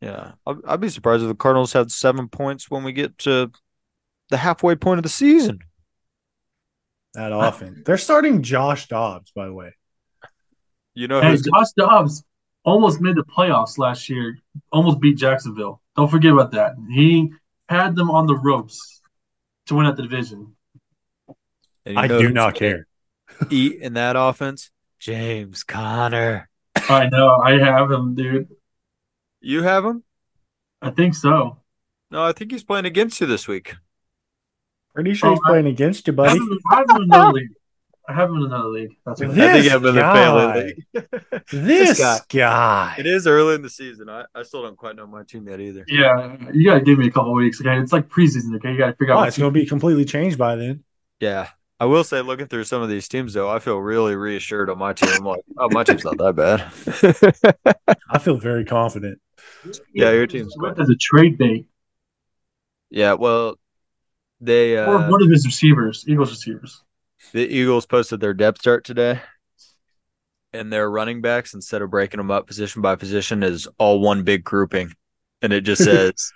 S5: Yeah, I'd, I'd be surprised if the Cardinals have seven points when we get to the halfway point of the season.
S2: That often. They're starting Josh Dobbs, by the way.
S5: You know
S4: Hey,
S5: Oh, who's
S4: Josh Dobbs almost made the playoffs last year, almost beat Jacksonville. Don't forget about that. He had them on the ropes to win at the division.
S5: and you
S2: I
S5: know
S2: do
S5: who's
S2: not care.
S5: gonna eat in that offense. James Conner.
S4: I know. I have him, dude.
S5: You have him?
S4: I think so.
S5: No, I think he's playing against you this week.
S2: Pretty sure
S4: Oh,
S2: he's playing against you,
S4: I
S2: buddy.
S4: have him I have him in another league. I have him in another league. That's what I
S5: I
S2: This
S5: think I'm in the
S2: guy.
S5: family league.
S2: This,
S5: guy.
S2: guy.
S5: It is early in the season. I, I still don't quite know my team yet either.
S4: Yeah, you gotta give me a couple weeks. Okay, it's like preseason. Okay, you gotta figure out.
S2: Oh,
S4: what
S2: it's
S4: you-
S2: going to be completely changed by then.
S5: Yeah. I will say, looking through some of these teams, though, I feel really reassured on my team. I'm like, oh, my team's not that bad.
S2: I feel very confident.
S5: yeah, your team's
S4: Swift
S5: good.
S4: as a trade bait
S5: yeah, well, they
S4: or
S5: uh,
S4: one of his receivers, Eagles receivers.
S5: the Eagles posted their depth chart today, and their running backs instead of breaking them up position by position is all one big grouping, and it just says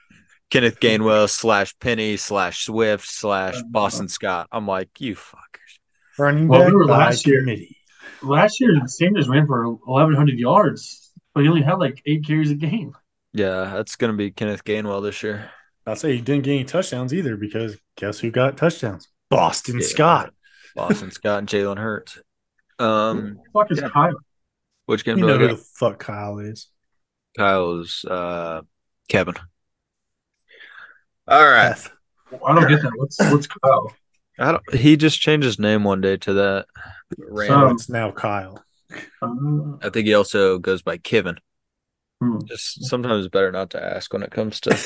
S5: Kenneth Gainwell slash Penny slash Swift slash Boston Scott. I'm like, you fuckers.
S2: Running
S4: Well,
S2: back
S4: we were
S2: by
S4: last year.
S2: committee.
S4: Last year, Sanders ran for 1,100 yards, but he only had like eight carries a game.
S5: Yeah, that's gonna be Kenneth Gainwell this year.
S2: I'll say he didn't get any touchdowns either because guess who got touchdowns? Boston
S5: Yeah.
S2: Scott.
S5: Boston Scott and Jalen Hurts. Um,
S4: Fuck is
S5: Yeah.
S4: Kyle?
S5: which game
S2: You
S5: do
S2: know
S5: I
S2: who
S5: got?
S2: the fuck Kyle is.
S5: Kyle's uh, Kevin. All right.
S2: F.
S4: I don't get that. What's what's Kyle?
S5: I don't, he just changed his name one day to that.
S2: So
S5: Random.
S2: it's now Kyle.
S4: Uh,
S5: I think he also goes by Kevin.
S4: hmm.
S5: Just sometimes it's better not to ask when it comes to.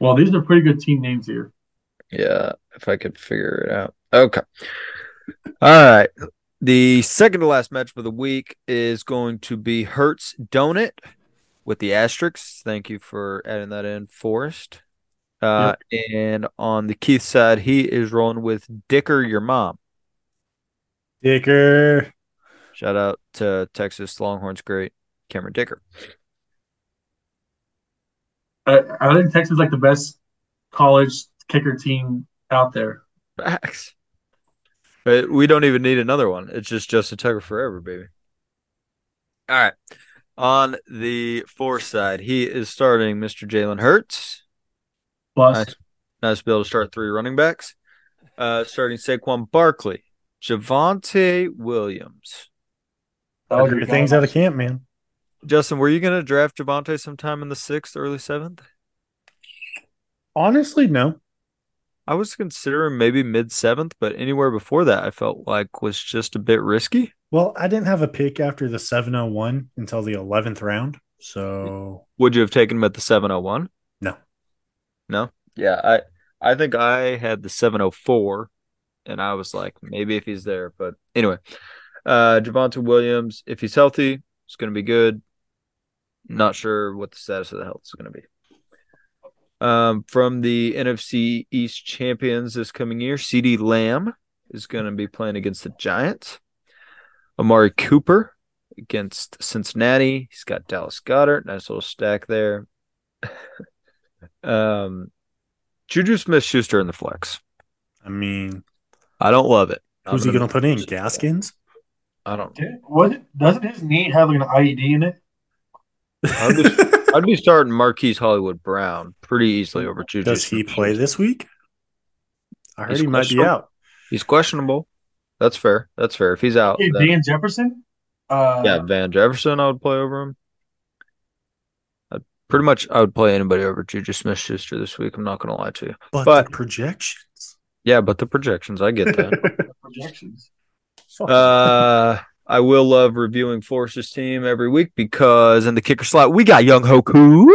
S4: Well, these are pretty good team names here.
S5: yeah, if I could figure it out. Okay. All right. The second to last match for the week is going to be Hertz Donut with the asterisks. Thank you for adding that in, Forrest. Uh, And on the Keith side, he is rolling with Dicker, your mom.
S2: Dicker.
S5: Shout out to Texas Longhorns great Cameron Dicker.
S4: I, Uh, I think Texas is like the best college kicker team out there.
S5: Facts. But we don't even need another one. It's just Justin Tucker forever, baby. All right. On the fourth side, he is starting Mr. Jalen Hurts.
S4: Plus,
S5: Nice to be able to start three running backs. Uh, starting Saquon Barkley, Javante Williams.
S4: that would
S2: Better
S4: be
S2: things out of camp, man.
S5: Justin, were you going to draft Javante sometime in the sixth, early seventh?
S2: Honestly, no.
S5: I was considering maybe mid seventh, but anywhere before that, I felt like was just a bit risky.
S2: Well, I didn't have a pick after the 701 until the 11th round. So,
S5: Would you have taken him at the 701?
S2: No.
S5: No? Yeah, I I think I had the 704 and I was like maybe if he's there, but anyway. Uh Javonta Williams, if he's healthy, it's going to be good. Not sure what the status of the health is going to be. Um from the NFC East champions this coming year, CD Lamb is going to be playing against the Giants. Amari Cooper against Cincinnati. He's got Dallas Goddard. Nice little stack there. um, Juju Smith Schuster in the flex.
S2: I mean,
S5: I don't love it. I'm
S2: who's he
S5: gonna-
S2: going to put in? Gaskins?
S5: I don't.
S4: Was it, doesn't his knee have like an IED in it?
S5: I'd be, I'd be starting Marquise Hollywood Brown pretty easily over Juju.
S2: Does he play
S5: Smith-Schuster.
S2: this week? I heard
S5: He's
S2: he might be
S5: questionable.
S2: out.
S5: He's questionable. That's fair. That's fair. If he's out,
S4: Hey,
S5: then,
S4: Dan Jefferson. Uh,
S5: Oh, yeah, Van Jefferson, I would play over him. i pretty much, I would play anybody over Juju Smith Schuster this week. I'm not going to lie to you.
S2: But,
S5: But-
S2: the projections.
S5: Yeah, but the projections, I get that.
S4: projections.
S2: Fuck.
S5: Uh, I will love reviewing Force's team every week because in the kicker slot we got Young Hoku.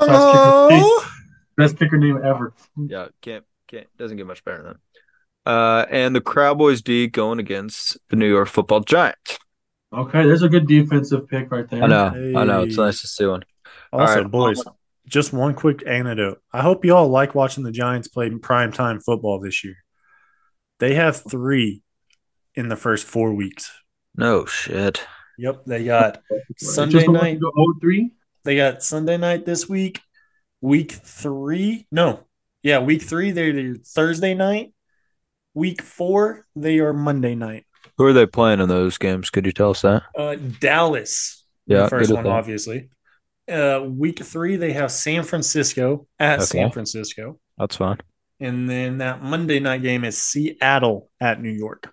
S4: Oh. Best kicker name ever.
S5: Yeah, can't can't doesn't get much better than. that. Uh, and the Cowboys D going against the New York Football Giants.
S4: Okay, there's a good defensive pick right there.
S5: I know, I know. It's nice to see one.
S2: Also,
S5: right.
S2: boys, just one quick anecdote. I hope you all like watching the Giants play prime time football this year. They have three in the first four weeks.
S5: No shit.
S2: Yep, they got Sunday
S4: Just want
S2: night.
S4: to go 03.
S2: They got Sunday night this week. Week three, no, yeah, week three they're Thursday night. Week four they are Monday night.
S5: Who are they playing in those games? Could you tell us that?
S2: Uh, Dallas,
S5: Yeah,
S2: the first
S5: good
S2: one
S5: thing.
S2: obviously. Uh, week three they have San Francisco at
S5: Okay.
S2: San Francisco,
S5: That's fine.
S2: and then that Monday night game is Seattle at New York.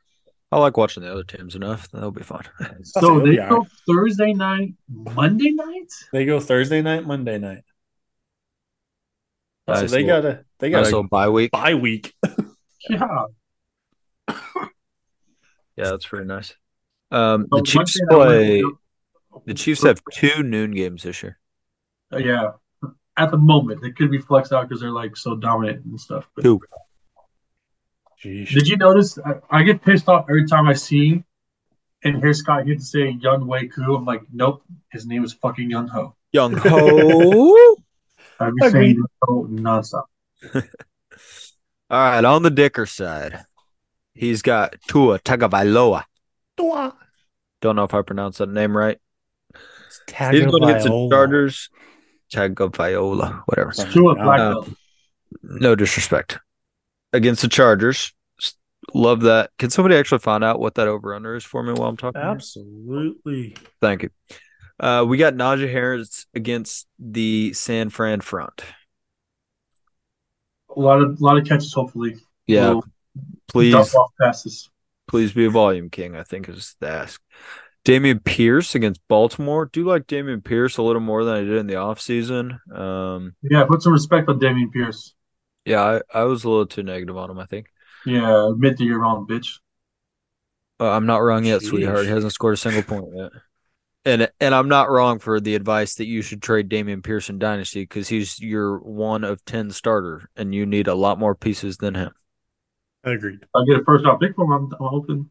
S5: I like watching the other teams enough. That'll be fun.
S4: So
S2: Okay,
S4: they
S2: yeah.
S4: go Thursday night, Monday night.
S2: They go Thursday night, Monday night. so
S5: Nice
S2: they
S5: little-
S2: got a they got
S5: Nice
S2: a
S5: little bye week.
S2: bye week.
S4: Yeah,
S5: Yeah, that's pretty nice. Um,
S4: So
S5: the Chiefs
S4: Monday
S5: play.
S4: night, Monday
S5: The Chiefs have two noon games this year.
S4: night. Uh, yeah, at the moment it could be flexed out because they're like so dominant and stuff. But
S5: Who?
S2: Jeez.
S4: Did you notice? I, I get pissed off every time I see and hear Scott Hughes say Yun Wei Koo. I'm like, nope, his name is fucking Yun Ho.
S5: Young Ho.
S4: I've been saying Yun Ho nonstop.
S5: All right, on the Dicker side, he's got Tua Tagovailoa. Don't know if I pronounced that name right. He's going against the Chargers. Tagovailoa, whatever.
S4: It's Tua Black Belt.
S5: No disrespect. Against the Chargers. S- Love that. Can somebody actually find out what that over under is for me while I'm talking? here?
S2: Absolutely.
S5: Thank you. Uh, we got Najee Harris against the San Fran front.
S4: A lot of lot of catches, hopefully.
S5: Yeah,
S4: Little
S5: please,
S4: dump off passes.
S5: please be a volume king. I think is the ask. Damian Pierce against Baltimore. Do like Damian Pierce a little more than I did in the offseason. Um,
S4: Yeah, put some respect on Damian Pierce.
S5: yeah, I, I was a little too negative on him. I think
S4: Yeah, admit that you're wrong, bitch.
S5: uh, I'm not wrong yet, sweetheart.
S2: Jeez.
S5: He hasn't scored a single point yet. And and I'm not wrong for the advice that you should trade Damian Pierce in Dynasty because he's your one of ten starter, and you need a lot more pieces than him.
S2: Agreed.
S4: I'll get a first round pick from him. I'm hoping.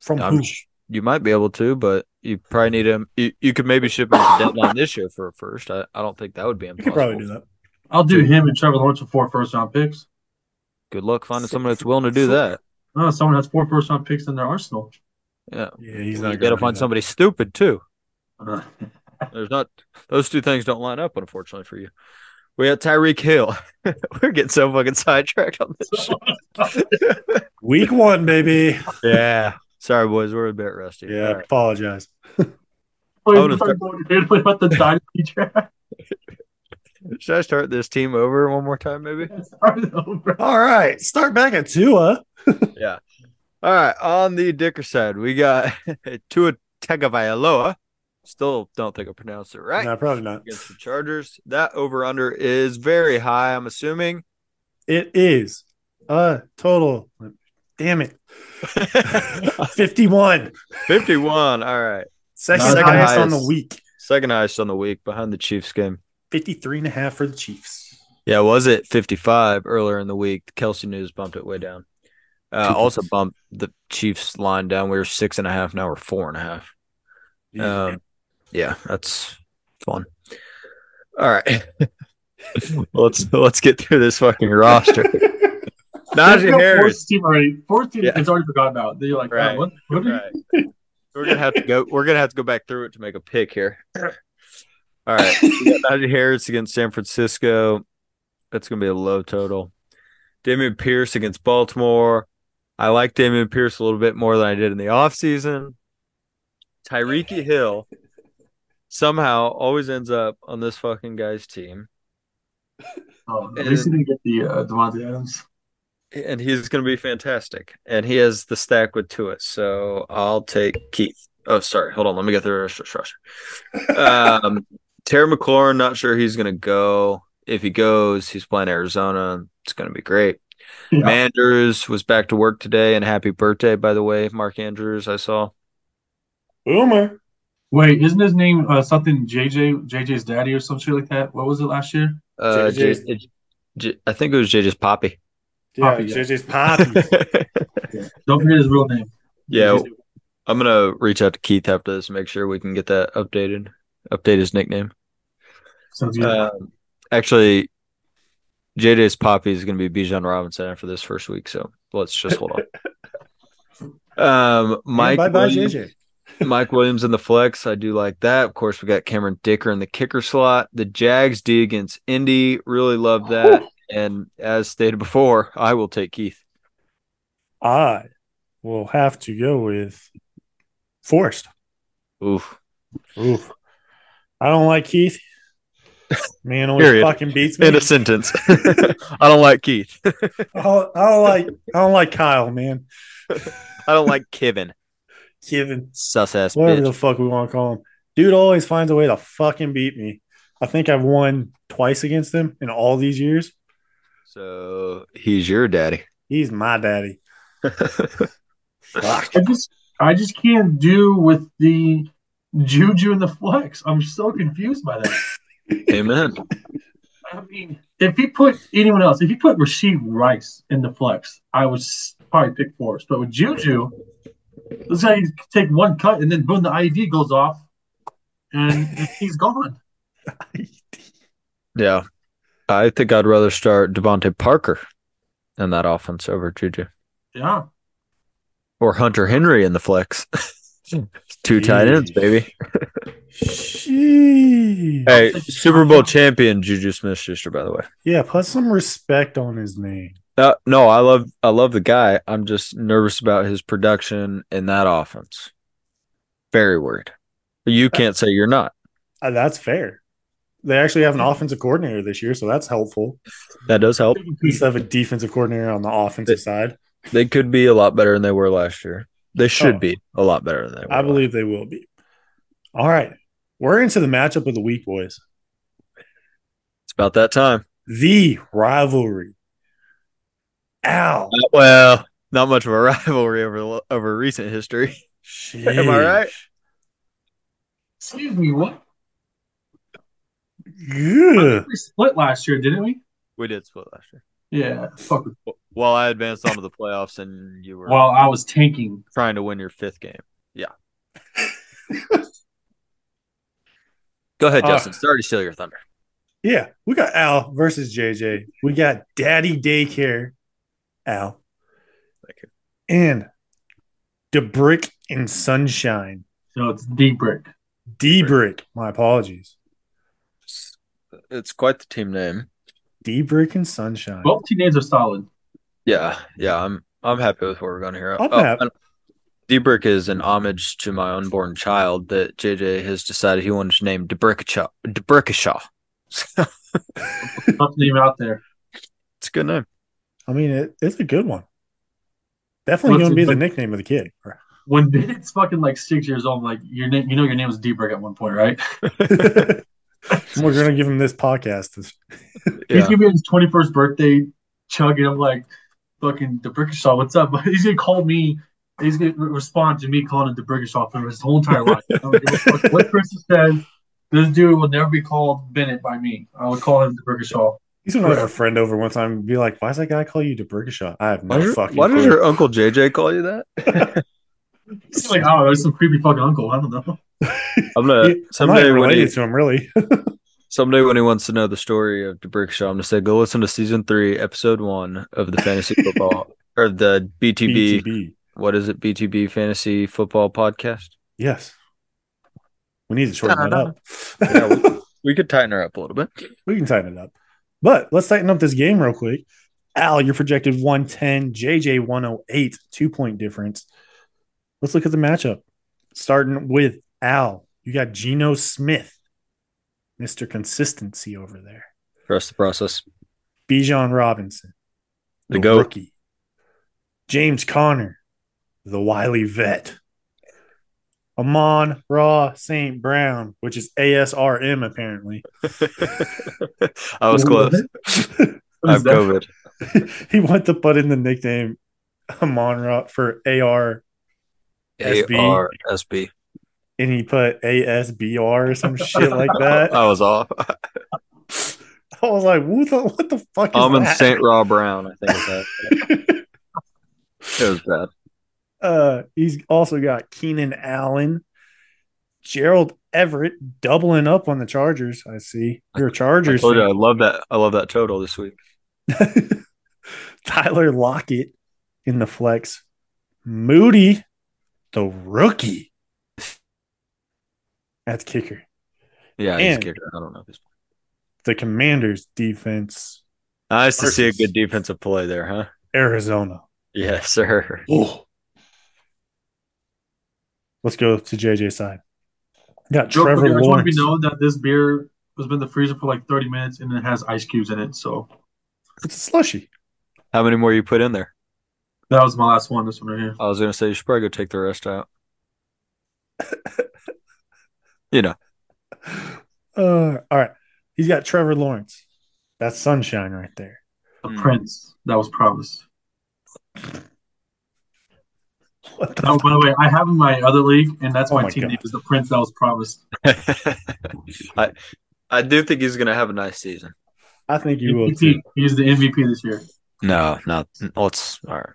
S2: From
S5: I'm
S2: who?
S5: sh- you might be able to, but you probably need him. You, you could maybe ship him to deadline this year for a first. I, I don't think that would be
S2: You
S5: impossible.
S2: could probably do that.
S4: I'll do him and Trevor Lawrence with four first round picks.
S5: Good luck finding someone that's willing to do that.
S4: Oh, someone has four first round picks in their arsenal.
S5: Yeah,
S2: Yeah, he's
S5: you
S2: not
S5: got
S2: going
S5: to find somebody stupid too.
S4: Uh,
S5: There's not those two things don't line up, unfortunately for you. We had Tyreek Hill. We're getting so fucking sidetracked on this. shit.
S2: Week one, baby.
S5: yeah, sorry boys, we're a bit rusty.
S2: Yeah,
S5: All right.
S2: apologize.
S4: Wait,
S5: gonna
S4: sorry, dude, what about the dynasty draft?
S5: Should I start this team over one more time, maybe?
S4: Start over.
S2: All right, start back at Tua.
S5: All right, on the Dicker side, we got Tua Tagovailoa. Still don't think I pronounced it right.
S2: No, probably not.
S5: Against the Chargers, that over under is very high. I'm assuming.
S2: It is a total. Damn it, fifty-one.
S5: 51. All right.
S2: Second
S4: Not the
S2: highest on
S5: highest.
S2: the week.
S5: Second highest on the week behind the Chiefs game.
S2: 53 and a half for the Chiefs.
S5: Yeah, was it 55 earlier in the week? Kelsey News bumped it way down. Uh,
S2: Two
S5: also bumped the Chiefs line down. We were six and a half. Now we're four and a half. Um, yeah, that's fun. All right, let's let's get through this fucking roster. Najee Harris,
S4: Fourth team already. Fourth team
S5: Yeah.
S4: is already forgotten about. They're like,
S5: Right.
S4: oh, what? what did-
S5: Right. We're gonna have to go. We're gonna have to go back through it to make a pick here. All right, we got Najee Harris against San Francisco. That's gonna be a low total. Damian Pierce against Baltimore. I like Damian Pierce a little bit more than I did in the offseason. Tyreek Hill somehow always ends up on this fucking guy's team,
S4: Oh, at least he didn't get the uh, Devontae Adams.
S5: and he's gonna be fantastic. And he has the stack with Tua, so I'll take Keith. Oh, sorry. Hold on. Let me get through the rest of this roster. um, Terry McLaurin, not sure he's going to go. If he goes, he's playing Arizona. It's going to be great.
S4: Yeah.
S5: Manders was back to work today, and happy birthday, by the way, Mark Andrews. I saw
S2: Boomer.
S4: Wait, isn't his name uh, something JJ JJ's daddy or some shit like that? What was it last year?
S5: Uh, J-
S2: JJ.
S5: it- J- I think it was JJ's Poppy.
S2: Yeah,
S4: Poppy, yeah.
S2: JJ's Poppy.
S4: Don't forget his real name.
S5: yeah, I'm gonna reach out to Keith after this and make sure we can get that updated. Update his nickname.
S4: Sounds good.
S5: Um, actually, JJ's Poppy is going to be Bijan Robinson after this first week, so let's just hold on. Um, Mike,
S2: bye bye,
S5: Williams,
S2: JJ.
S5: Mike Williams in the flex, I do like that. Of course, we got Cameron Dicker in the kicker slot. The Jags D against Indy, really love that. And as stated before, I will take Keith.
S2: I will have to go with Forrest.
S5: Oof.
S2: Oof. I don't like Keith. Man always
S5: Period.
S2: fucking beats me.
S5: In a sentence, I don't like Keith.
S2: I don't, I don't like I don't like Kyle, man.
S5: I don't like Kevin.
S2: Kevin.
S5: Sus ass
S2: Whatever the
S5: bitch.
S2: fuck we want to call him. Dude always finds a way to fucking beat me. I think I've won twice against him in all these years.
S5: So he's your daddy.
S2: He's my daddy. Fuck.
S4: I just I just can't do with the juju and the flex. I'm so confused by that.
S5: Amen.
S4: I mean, if he put anyone else, if he put Rasheed Rice in the flex, I would s- probably pick Forrest. But with Juju, this guy can take one cut and then boom, the IED goes off, and he's gone.
S5: Yeah. I think I'd rather start Devontae Parker in that offense over Juju
S4: Yeah,
S5: or Hunter Henry in the flex. Two tight ends,
S2: Jeez.
S5: baby.
S2: Sheesh.
S5: Hey, Super Bowl champion Juju Smith Schuster, by the way.
S2: Yeah, put some respect on his name.
S5: Uh, no, I love I love the guy. I'm just nervous about his production in that offense. Very worried. You can't say you're not.
S2: Uh, that's fair. They actually have an offensive coordinator this year, so that's helpful.
S5: That does help.
S2: Instead of a defensive coordinator on the offensive side,
S5: They could be a lot better than they were last year. They should
S2: Oh.
S5: be a lot better than they were.
S2: I believe they will be. All right. We're into the matchup of the week, boys.
S5: it's about that time.
S2: The rivalry. Ow.
S5: Uh, Well, not much of a rivalry over over recent history. Am I right?
S4: Excuse me, what?
S2: Good.
S4: We split last year, didn't we?
S5: We did split last year.
S4: Yeah. Fuck. with-
S5: Well, I advanced onto the playoffs, and you were
S4: While I was tanking,
S5: trying to win your fifth game. Yeah. Go ahead,
S2: Uh,
S5: Justin. Sorry to steal your thunder.
S2: Yeah, we got Al versus JJ. We got Daddy Daycare, Al.
S5: Thank
S2: you. And DeBrick and Sunshine.
S4: so it's deep brick.
S2: DeBrick, my apologies.
S5: It's quite the team name.
S2: DeBrick and Sunshine.
S4: Both team names are solid.
S5: Yeah, yeah. I'm I'm happy with where we're going here.
S2: I'm
S5: Oh,
S2: happy.
S5: and Debrick is an homage to my unborn child that JJ has decided he wanted to name Debrickashaw. Debrickashaw.
S4: Tough name out there.
S5: It's a good name.
S2: I mean, it, it's a good one. Definitely
S4: What's
S2: going to be
S4: it-
S2: the nickname of the kid.
S4: When it's fucking like six years old, like your name, you know your name was deep brick at one point, right?
S2: We're going to give him this podcast. This-
S4: He's gonna be on his twenty first birthday chugging. I'm like, fucking the Brickishaw, what's up? He's gonna call me. He's gonna re- respond to me calling him the Brickishaw for his whole entire life. I don't give a fuck what Chris says, this dude will never be called Bennett by me. I would call him the Brickishaw.
S2: He's going to have a friend over one time and be like, why does that guy call you DeBrickashaw? I have no
S5: Why, does-
S2: fucking
S5: why does
S2: clue.
S5: your uncle JJ call you that?
S4: He's like, oh, that's some creepy fucking uncle. I don't know.
S5: I'm
S2: Yeah,
S5: gonna
S2: I'm not
S5: someday
S2: even
S5: when
S2: related
S5: he,
S2: to him, really.
S5: someday when he wants to know the story of DeBrickashaw, I'm gonna say go listen to season three, episode one of the fantasy football or the BTB.
S2: BTB.
S5: What is it? BTB fantasy football podcast.
S2: Yes. We need to shorten that up.
S5: Yeah, we, we could tighten her up a little bit.
S2: we can tighten it up. But let's tighten up this game real quick. Al, you're projected 110, JJ 108, two point oh difference. Let's look at the matchup. Starting with Al, you got Geno Smith, Mr. Consistency over there.
S5: Trust the process.
S2: Bijan Robinson,
S5: The GOAT.
S2: rookie. James Connor, the wily vet. Amon Raw St. Brown, which is ASRM apparently.
S5: I was close. I have COVID.
S2: he wanted to put in the nickname Amon Ra for AR. SB.
S5: A R S B.
S2: and he put ASBR or some shit like that.
S5: I was off.
S2: I was like, what the, what the fuck is
S5: Almond
S2: that?
S5: Saint Raw Brown, I think is that. it was bad.
S2: Uh, he's also got Keenan Allen, Gerald Everett doubling up on the Chargers. I see. You're a
S5: I
S2: Chargers.
S5: told you Oh, I
S2: fan.
S5: love that. I love that total this week.
S2: Tyler Lockett in the flex. Moody, the rookie. That's kicker.
S5: Yeah, he's
S2: And-
S5: kicker. I don't know. if he's-
S2: The Commanders defense,
S5: Nice to see a
S2: Versus-
S5: good defensive play there, huh?
S2: Arizona.
S5: Yes, sir.
S2: Oh. Let's go to JJ side. Got
S4: Real quick,
S2: Trevor
S4: I just want to be
S2: Lawrence.
S4: known that this beer has been in the freezer for like 30 minutes and it has ice cubes in it. So
S2: It's a slushy.
S5: How many more you put in there?
S4: that was my last one. This one right here.
S5: I was gonna say you should probably go take the rest out. you know,
S2: Uh, all right. He's got Trevor Lawrence. That's sunshine right there.
S4: The
S5: Mm.
S4: Prince. That was promised.
S2: What the
S4: Oh, by the way, I have in my other league, and that's
S2: Oh
S4: my,
S2: my
S4: team
S2: God.
S4: name is the Prince that was promised.
S5: I I do think he's gonna have a nice season.
S2: I think you will
S4: MVP.
S2: too.
S4: He's the MVP this year.
S5: No, not let's all right.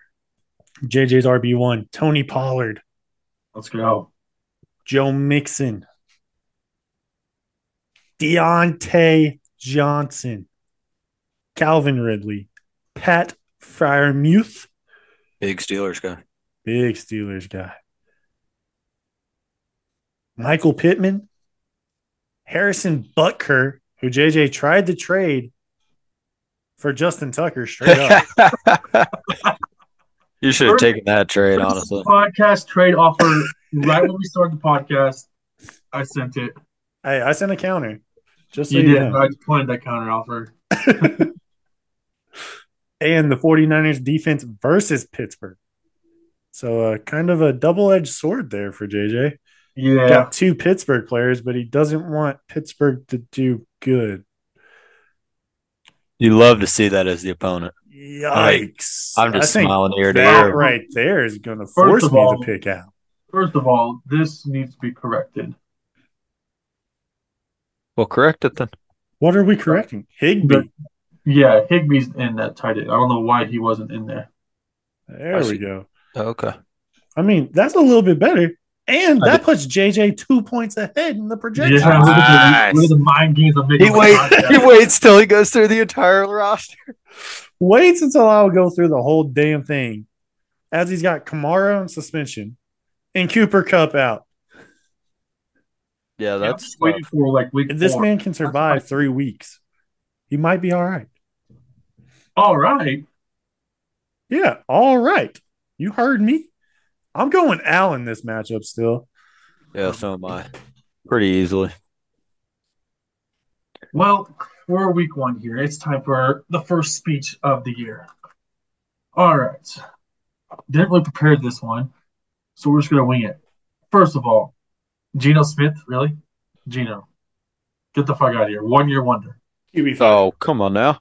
S2: JJ's RB1, Tony Pollard,
S4: Let's go.
S2: Joe Mixon, Deontay Johnson, Calvin Ridley, Pat Fryermuth,
S5: Big Steelers guy.
S2: Big Steelers guy. Michael Pittman, Harrison Butker, who JJ tried to trade for Justin Tucker straight up.
S5: you should have taken that trade, honestly.
S4: Podcast trade offer right when we started the podcast. I sent it.
S2: hey, I sent a counter. Just so
S4: You
S2: you,
S4: did.
S2: know.
S4: I declined that counter offer.
S2: And the 49ers defense versus Pittsburgh. So uh, kind of a double-edged sword there for JJ.
S4: Yeah.
S2: Got two Pittsburgh players, but he doesn't want Pittsburgh to do good.
S5: You love to see that as the opponent.
S2: Yikes.
S5: I'm just
S2: I think
S5: smiling ear to
S2: That
S5: ear.
S2: right there is going to force
S4: of
S2: me
S4: all-
S2: to pick out.
S4: First of all, this needs to be corrected.
S5: Well, correct it then.
S2: What are we correcting?
S4: But-
S2: Higby.
S4: Yeah, Higby's in that tight end. I don't know why he wasn't in there.
S2: There
S5: I
S2: we
S5: see.
S2: go.
S5: Okay.
S2: I mean, that's a little bit better. And
S5: I
S2: that puts JJ two points ahead in the projection.
S4: Yeah, look,
S5: Nice.
S4: at the, look at the mind games I'm making.
S5: He waits. He waits till he goes through the entire roster.
S2: Waits until I'll go through the whole damn thing. As he's got Kamara on suspension and Cooper Cup out.
S5: Yeah,
S4: I'm just
S5: that's
S4: waiting for like week
S2: If this
S4: four.
S2: man can survive
S4: fine.
S2: three weeks, he might be all right.
S4: All right.
S2: Yeah, all right. You heard me. I'm going Allen this matchup still.
S5: yeah. So am I. Pretty easily.
S4: Well, we're week one here. It's time for the first speech of the year. All right. Didn't really prepare this one, so we're just going to wing it. First of all, Geno Smith, really? Geno, get the fuck out of here. One year wonder.
S5: Oh, come on now.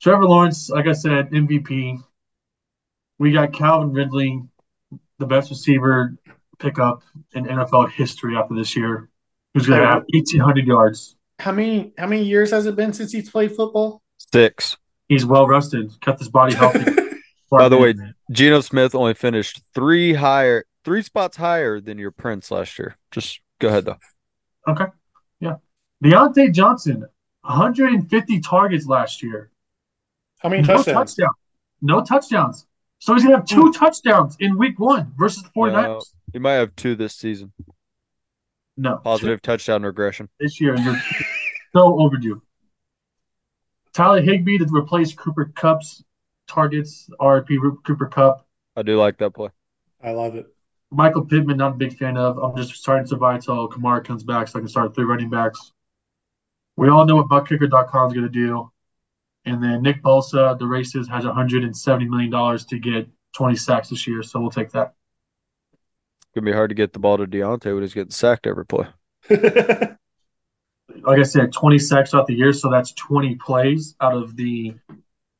S4: Trevor Lawrence, like I said, MVP. We got Calvin Ridley, the best receiver pickup in NFL history after this year, who's going to have 1,800 yards.
S2: How many how many years has it been since he's played football?
S5: Six.
S4: He's well rested, kept his body healthy.
S5: By the way, Geno Smith only finished three higher, three spots higher than your Prince last year. Just go ahead though.
S4: Okay. Yeah. Deontay Johnson, 150 targets last year.
S2: How many
S4: No
S2: touchdowns?
S4: touchdowns. No touchdowns. So he's going to have two touchdowns in week one versus the 49ers.
S5: He might have two this season.
S4: No.
S5: Positive touchdown regression.
S4: This year, you're so overdue. Tyler Higbee to replace Cooper Cup's targets, RIP Cooper Cup.
S5: I do like that play.
S2: I love it.
S4: Michael Pittman, not a big fan of. I'm just starting to buy until Kamara comes back so I can start three running backs. We all know what buckkicker.com is going to do. And then Nick Bosa, the races, has $170 million to get 20 sacks this year, so we'll take that.
S5: Gonna be hard to get the ball to Deontay when he's getting sacked every play.
S4: Like I said, 20 sacks throughout the year, so that's 20 plays out of the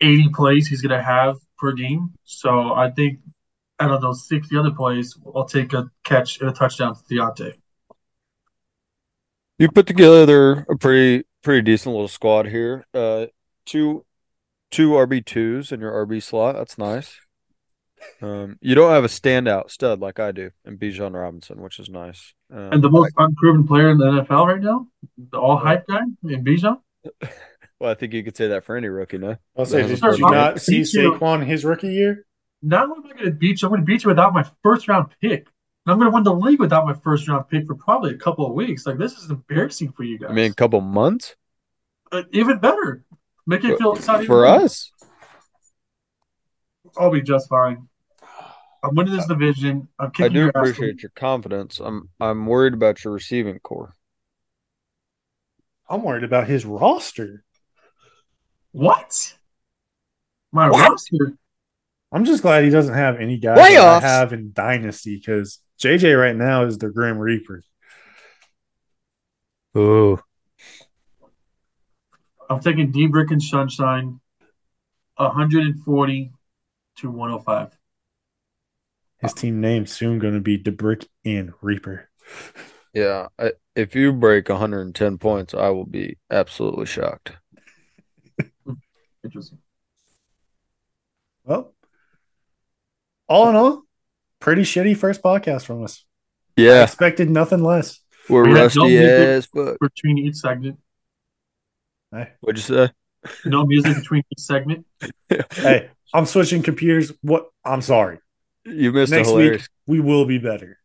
S4: 80 plays he's going to have per game. So I think out of those 60 other plays, I'll take a catch and a touchdown to Deontay.
S5: You put together a pretty pretty decent little squad here. Uh, two two RB twos in your RB slot. That's nice. Um, you don't have a standout stud like I do in Bijan Robinson, which is nice. Um,
S4: And the most unproven player in the NFL right now, the all hype guy in Bijan.
S5: well, I think you could say that for any rookie, no?
S2: I'll say,
S5: No,
S2: did
S5: that's
S2: you
S5: not-
S2: not see
S4: Thank you.
S2: Saquon his rookie year?
S4: Not only am I going to beat you, I'm going to beat you without my first round pick. And I'm going to win the league without my first round pick for probably a couple of weeks. Like this is embarrassing for you guys.
S5: I mean, a couple months
S4: Uh, even better, make it feel it's not even
S5: for
S4: worse.
S5: us.
S4: I'll be just fine. I'm winning this division. I'm
S5: I
S4: kicking
S5: do
S4: your ass.
S5: appreciate your confidence. I'm I'm worried about your receiving core.
S2: I'm worried about his roster.
S4: What? My
S5: What?
S4: roster.
S2: I'm just glad he doesn't have any guys
S5: Playoffs?
S2: that I have in Dynasty because JJ right now is the Grim Reaper.
S5: Ooh.
S4: I'm taking Debrick and Sunshine, 140 to 105.
S2: His team name soon going to be DeBrick and Reaper.
S5: Yeah, I, if you break 110 points, I will be absolutely shocked.
S4: Interesting.
S2: Well, all in all, pretty shitty first podcast from us. I
S5: Yeah,
S2: expected nothing less.
S5: we're
S4: We had
S5: rusty
S4: no music.
S5: as fuck.
S4: Between each segment,
S2: Hey,
S5: What'd you say?
S4: no music between each segment.
S2: hey, I'm switching computers. What? I'm sorry.
S5: You missed
S2: Next
S5: a hilarious.
S2: week we will be better.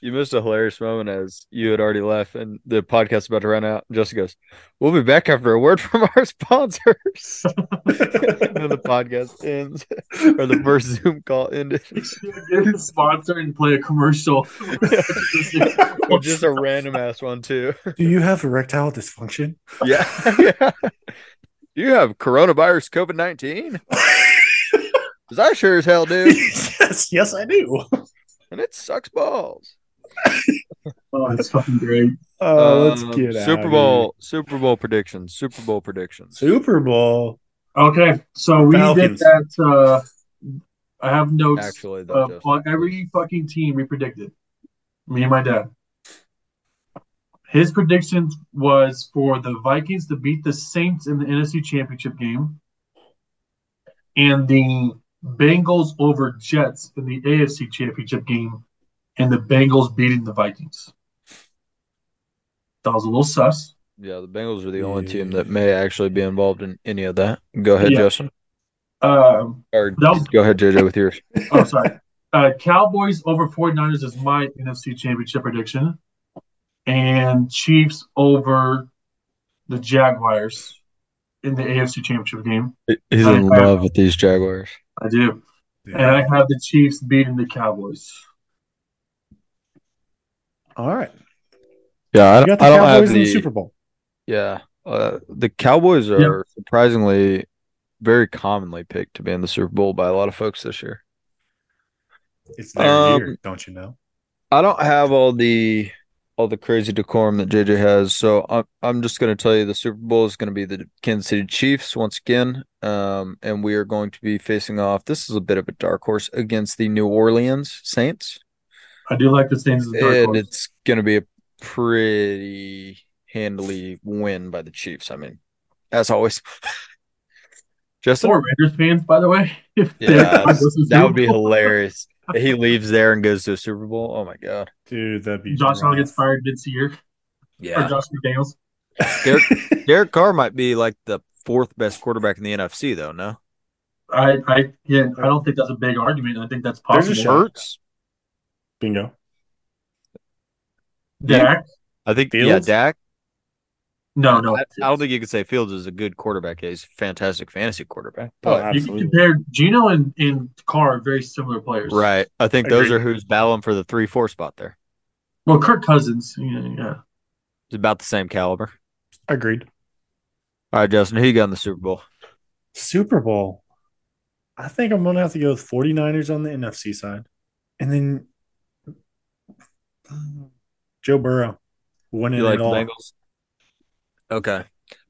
S5: You missed a hilarious moment as you had already left, and the podcast's about to run out. Justin goes, "We'll be back after a word from our sponsors." and then the podcast ends, or the first Zoom call ended.
S4: Give the sponsor and play a commercial.
S5: Or just a random ass one too.
S2: Do you have erectile dysfunction?
S5: Yeah. yeah. You have coronavirus COVID 19? Because I sure as hell do.
S2: yes, yes, I do.
S5: And it sucks balls.
S4: oh, that's fucking great.
S2: Oh, let's
S5: Um,
S2: get outta
S5: Super Bowl, Super Bowl predictions. Super Bowl predictions.
S2: here. Super Bowl.
S4: Okay, so we
S2: Falcons.
S4: did that. Uh, I have notes.
S5: Actually, though,
S4: uh,
S5: Justin,
S4: on every fucking team we predicted. Me and my dad. His prediction was for the Vikings to beat the Saints in the NFC Championship game, and the Bengals over Jets in the AFC Championship game, and the Bengals beating the Vikings. That was a little sus.
S5: yeah, the Bengals are the only
S2: Yeah.
S5: team that may actually be involved in any of that. Go ahead,
S4: Yeah.
S5: Justin.
S4: Um,
S5: Or
S4: That was-
S5: go ahead, JJ, with yours.
S4: oh, sorry. Uh, Cowboys over 49ers is my NFC Championship prediction. And Chiefs over the Jaguars in the AFC Championship game.
S5: He's
S4: in
S5: in
S4: love
S5: love with these Jaguars.
S4: I do. And I have the Chiefs beating the Cowboys.
S2: All right.
S5: Yeah, I,
S2: You got the
S5: I don't
S2: Cowboys
S5: have
S2: in
S5: the.
S2: the Super Bowl.
S5: yeah, uh, the Cowboys
S4: Yeah.
S5: are surprisingly very commonly picked to be in the Super Bowl by a lot of folks this year.
S2: It's their
S5: Um,
S2: year, don't you know?
S5: I don't have all the all the crazy decorum that JJ has, so I'm I'm just going to tell you the Super Bowl is going to be the Kansas City Chiefs once again, um, and we are going to be facing off. This is a bit of a dark horse against the New Orleans Saints,
S4: I do like the Saints as a dark
S5: and
S4: horse.
S5: it's going to be a pretty handily win by the Chiefs. I mean, as always, Justin.
S4: Four Raiders fans, by the way. If they're
S5: Yeah,
S4: not listening to
S5: that would be
S4: you.
S5: hilarious. he leaves there and goes to a Super Bowl. Oh my god!
S2: Dude, that'd be
S4: Josh Allen gets
S2: rough.
S4: fired mid-year. Or Josh McDaniels.
S5: Derek, Derek Carr might be like the fourth best quarterback in the NFC, though. No,
S4: I, I, yeah, I don't think that's a big argument. I think that's
S2: There's a
S4: possible.
S2: shot. Bingo.
S4: Dak?
S5: I think
S2: Fields?
S5: yeah, Dak.
S4: No, no.
S5: I, I don't think you could say Fields is a good quarterback. He's a fantastic fantasy quarterback.
S2: Oh,
S5: But,
S4: You can
S2: absolutely.
S4: compare Gino and, and Carr are very similar players.
S5: right, I think
S2: I
S5: those
S2: agree.
S5: are who's battling for the three four spot. There,
S4: Well, Kirk Cousins, yeah, yeah.
S5: it's about the same caliber.
S2: Agreed.
S5: All right, Justin, who you got in the Super Bowl?
S2: Super Bowl. I think I'm going to have to go with 49ers on the NFC side. And then mm, Joe Burrow winning
S5: You like
S2: it
S5: the
S2: all.
S5: Bengals? Okay.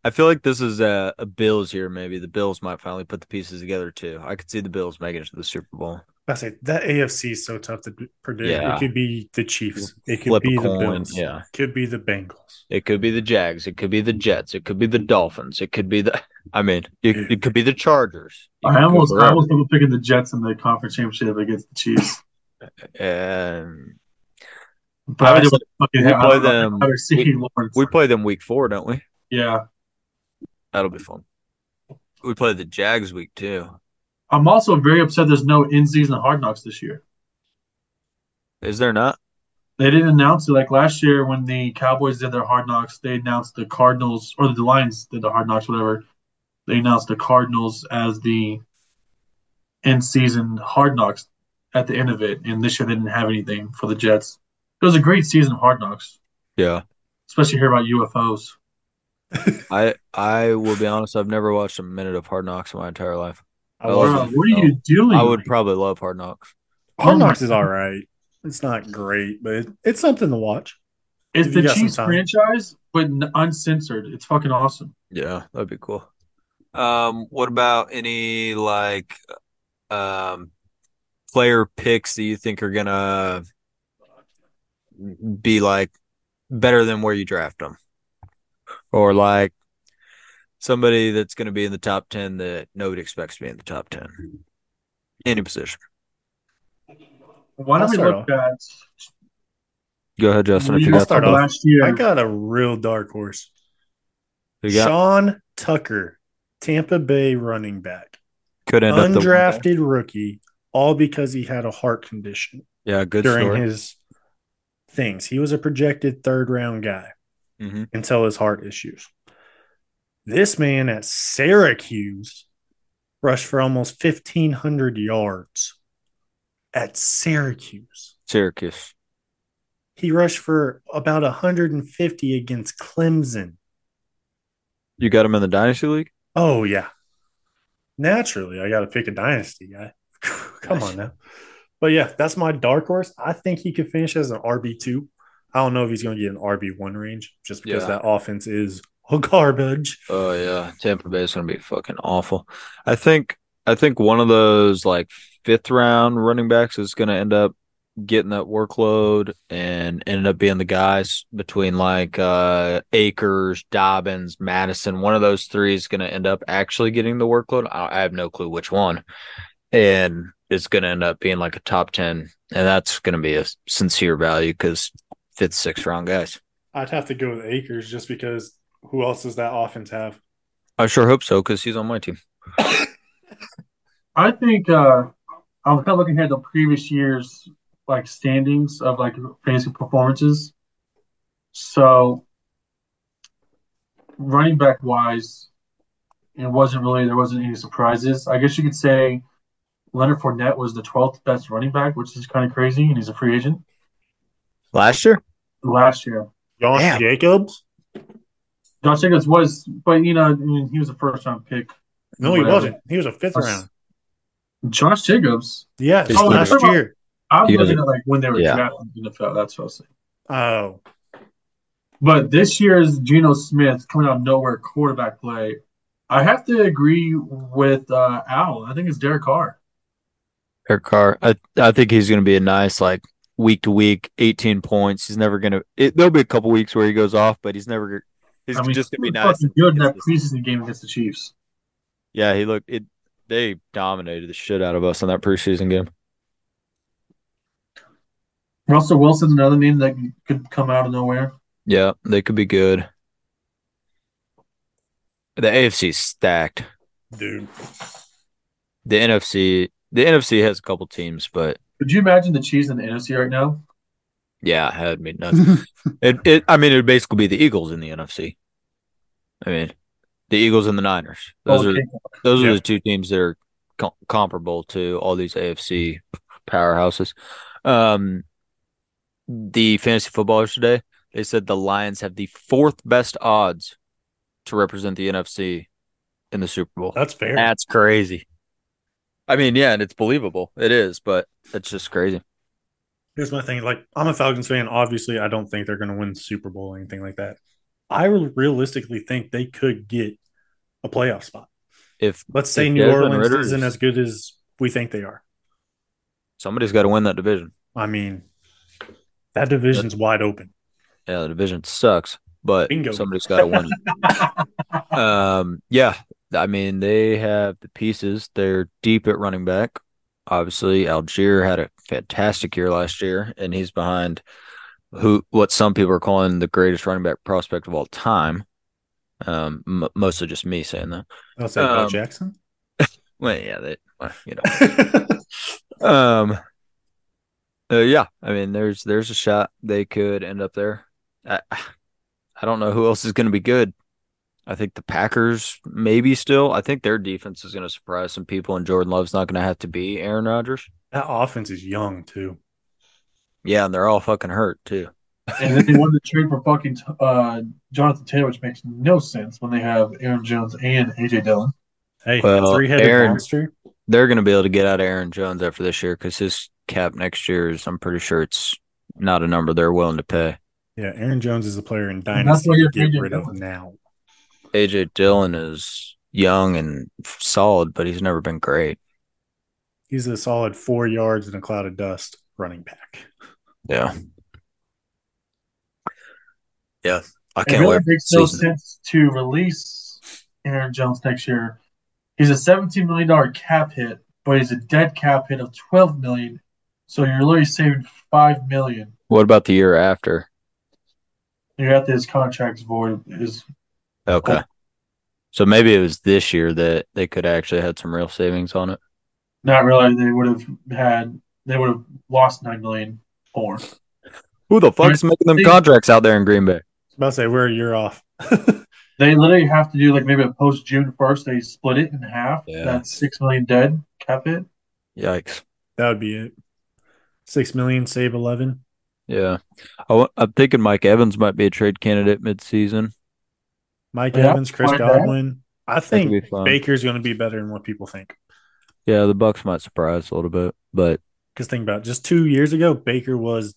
S5: I feel like this is a, a Bills year, maybe. The Bills might finally put the pieces together, too. I could see the Bills making it to the Super Bowl.
S2: I say that AFC is so tough to d- predict.
S5: Yeah.
S2: It could be the Chiefs. It could
S5: Flip a
S2: be the
S5: coin,
S2: Bills.
S5: yeah.
S2: Could be the Bengals.
S5: It could be the Jags. It could be the Jets. It could be the Dolphins. It could be the. I mean, it, it could be the Chargers. It could
S4: I
S5: go
S4: almost, I
S5: wherever.
S4: almost ended up picking the Jets in the conference championship against the Chiefs.
S5: Um,
S4: But I
S5: Obviously,
S4: didn't fucking
S5: we
S4: have
S5: play them-
S4: I'd rather see
S5: we-
S4: Lawrence.
S5: we play them week four, don't we?
S4: yeah.
S5: That'll be fun. We play the Jags week two.
S4: I'm also very upset there's no in season hard knocks this year.
S5: Is there not?
S4: They didn't announce it like last year when the Cowboys did their hard knocks. They announced the Cardinals or the Lions did the hard knocks, whatever. They announced the Cardinals as the in season hard knocks at the end of it. And this year they didn't have anything for the Jets. It was a great season of hard knocks,
S5: Yeah.
S4: especially here about UFOs.
S5: I I will be honest. I've never watched a minute of Hard Knocks in my entire life.
S2: I
S5: I
S2: love
S4: Bro,
S5: it.
S4: what are you doing?
S5: I would probably love Hard Knocks.
S2: it. Hard Knocks is all right. It's not great, but it, it's something to watch.
S4: It's
S2: If you
S4: the
S2: got some
S4: Chiefs
S2: time.
S4: franchise, but n- uncensored. It's fucking awesome.
S5: Yeah, that'd be cool. Um, what about any like um player picks that you think are gonna be like better than where you draft them? Or like somebody that's gonna be in the top ten that nobody expects to be in the top ten. Any position.
S4: Why don't
S2: I'll
S4: we
S2: start
S4: look at
S5: Go ahead, Justin, if you
S2: I'll
S5: got
S2: start
S4: from
S2: off.
S4: last year?
S2: I got a real dark horse.
S5: you got
S2: Sean Tucker, Tampa Bay running back,
S5: could end up the
S2: undrafted rookie, all because he had a heart condition
S5: Yeah, good
S2: during
S5: story.
S2: his things. He was a projected third round guy.
S5: hmm
S2: until his heart issues. This man at Syracuse rushed for almost 1,500 yards at Syracuse.
S5: Syracuse.
S2: He rushed for about 150 against Clemson.
S5: You got him in the Dynasty League?
S2: Oh, yeah. Naturally, I got to pick a dynasty guy. Come on now. But yeah, that's my dark horse. I think he could finish as an RB2. I don't know if he's going to get an RB1 range just because
S5: Yeah.
S2: that offense is garbage.
S5: Oh yeah, Tampa Bay is going to be fucking awful. I think I think one of those like fifth round running backs is going to end up getting that workload and ended up being the guys between like uh Akers, Dobbins, Madison. One of those three is going to end up actually getting the workload. I, I have no clue which one, and it's going to end up being like a top ten, and that's going to be a sincere value because fifth, sixth round guys.
S2: I'd have to go with Akers just because who else does that offense have?
S5: I sure hope so because he's on my team.
S4: I think uh, I was kind of looking at the previous year's like standings of like fantasy performances. So, running back wise, it wasn't really there wasn't any surprises. I guess you could say Leonard Fournette was the twelfth best running back, which is kind of crazy, and he's a free agent
S5: Last year.
S4: last year.
S2: Josh
S5: Damn.
S2: Jacobs?
S4: Josh Jacobs was, but you know, I mean, he was a first round pick.
S2: No, he
S4: Whatever.
S2: wasn't. He was a fifth
S4: That's-
S2: round. Oh,
S4: Josh Jacobs.
S2: Yes,
S5: He's
S2: last
S4: third.
S2: year.
S4: I'm
S5: He was
S4: looking
S5: a-
S4: at like when they were
S5: yeah.
S4: drafting in the NFL. That's what I was saying.
S2: Oh,
S4: But this year's Geno Smith coming out of nowhere quarterback play, I have to agree with uh, Al. I think it's Derek Carr.
S5: Derek Carr. I I think he's going to be a nice like week to week, eighteen points. He's never going to. It, there'll be a couple weeks where he goes off, but he's never. He's
S4: I mean,
S5: just going to
S4: he
S5: be
S4: was
S5: nice.
S4: fucking
S5: and
S4: good in that
S5: consistent.
S4: preseason game against the Chiefs.
S5: Yeah, he looked. It they dominated the shit out of us in that preseason game.
S4: Russell Wilson's another name that could come out of nowhere.
S5: Yeah, they could be good. The AFC is stacked.
S2: dude.
S5: The NFC. The NFC has a couple teams, but
S4: Could you imagine the Chiefs in the NFC right now?
S5: yeah, had me nuts. it, it. I mean, it would basically be the Eagles in the NFC. I mean, the Eagles and the Niners. Those are
S4: Okay.
S5: Those
S2: Yeah.
S5: are the two teams that are com- comparable to all these AFC powerhouses. Um, the fantasy footballers today, they said the Lions have the fourth best odds to represent the NFC in the Super Bowl.
S2: That's fair.
S5: That's crazy. I mean, yeah, and it's believable. It is, but it's just crazy.
S2: Here's my thing. Like, I'm a Falcons fan. Obviously, I don't think they're going to win the Super Bowl or anything like that. I realistically think they could get a playoff spot.
S5: If
S2: Let's say
S5: If
S2: New
S5: Desmond
S2: Orleans
S5: Ritter
S2: isn't
S5: is-
S2: as good as we think they are.
S5: Somebody's got to win that division.
S2: I mean, that division's wide open.
S5: Yeah, the division sucks, but
S2: Bingo.
S5: somebody's got to win it. um, yeah, I mean they have the pieces. They're deep at running back. Obviously, Algier had a fantastic year last year, and he's behind who what some people are calling the greatest running back prospect of all time. Um, m- mostly just me saying that.
S2: I'll say Bo
S5: Um,
S2: Jackson.
S5: Well, yeah, they, well, you know. Um. uh, yeah, I mean, there's there's a shot they could end up there. I I don't know who else is going to be good. I think the Packers maybe still. I think their defense is going to surprise some people, and Jordan Love's not going to have to be Aaron Rodgers.
S2: that offense is young too.
S5: Yeah, and they're all fucking hurt too.
S4: and then they wanted to trade for fucking uh, Jonathan Taylor, which makes no sense when they have Aaron Jones and AJ Dillon.
S2: Hey,
S5: Well,
S2: three-headed
S5: Aaron-
S2: monster.
S5: They're going to be able to get out of Aaron Jones after this year because his cap next year is. I'm pretty sure it's not a number they're willing to pay.
S2: Yeah, Aaron Jones is a player in
S4: And that's
S2: dynasty.
S4: why
S2: to
S4: you're
S2: Get
S4: thinking
S2: rid of
S4: Dillon.
S2: now.
S5: AJ Dillon is young and solid, but he's never been great.
S2: He's a solid four yards in a cloud of dust running back.
S5: Yeah. Yeah. I
S4: It
S5: can't
S4: really
S5: wait. for
S4: makes
S5: the
S4: no
S5: season.
S4: sense to release Aaron Jones next year. He's a $17 million cap hit, but he's a dead cap hit of $12 million. So you're literally saving $5 million.
S5: What about the year after?
S4: You're at this contract's void. Is
S5: Okay. So maybe it was this year that they could actually had some real savings on it.
S4: not realizing they would have had, they would have lost $9 million more.
S5: Who the fuck's making them contracts out there in Green Bay?
S2: I was about to say we're a year off.
S4: They literally have to do like maybe a post June first. They split it in half.
S5: Yeah.
S4: That's six million dead cap it.
S5: Yikes.
S2: That would be it. Six million, save eleven.
S5: Yeah. I, wa- I'm thinking Mike Evans might be a trade candidate midseason.
S2: Mike
S4: Yeah,
S2: Evans, Chris
S4: like that.
S2: Godwin. I
S5: That could
S2: think
S5: be fun.
S2: Baker's going to be better than what people think.
S5: Yeah, the Bucks might surprise a little bit, but
S2: Because think about it, just two years ago, Baker was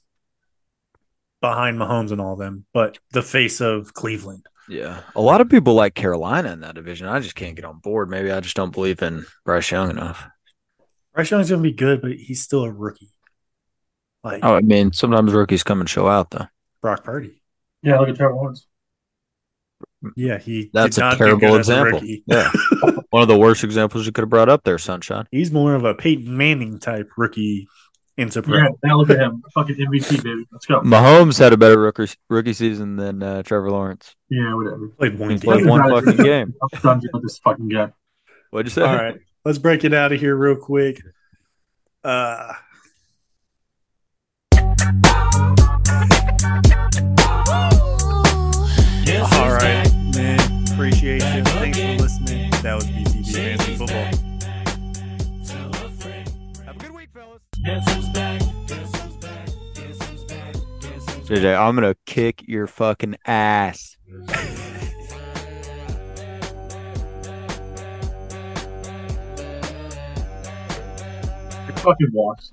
S2: behind Mahomes and all them, but the face of Cleveland.
S5: yeah, a lot of people like Carolina in that division. I just can't get on board. Maybe I just don't believe in Bryce Young enough.
S2: Bryce Young's going to be good, but he's still a rookie. Like
S5: Oh, I mean, sometimes rookies come and show out though.
S2: Brock Purdy.
S4: Yeah, look at Trevor Lawrence.
S2: Yeah, he
S5: That's
S2: did
S5: a
S2: not do
S5: terrible
S2: good as a
S5: example.
S2: rookie.
S5: yeah. One of the worst examples you could have brought up there, Sunshine.
S2: He's more of a Peyton Manning type rookie into pro.
S4: Yeah, now look at him, fucking MVP baby. Let's go.
S5: Mahomes had a better rookie, rookie season than uh, Trevor Lawrence.
S4: Yeah, whatever.
S2: Played one
S5: He
S2: game.
S5: played one
S4: Doesn't matter.
S5: fucking game.
S4: I'm done with this fucking guy.
S5: What'd you say?
S2: All right, let's break it out of here real quick. Uh, all right, man. Appreciate you. Thanks for listening. That was BCB Fantasy Football.
S5: Have a good week, fellas.
S6: JJ.
S5: JJ, I'm going to kick your fucking ass.
S4: You're fucking washed.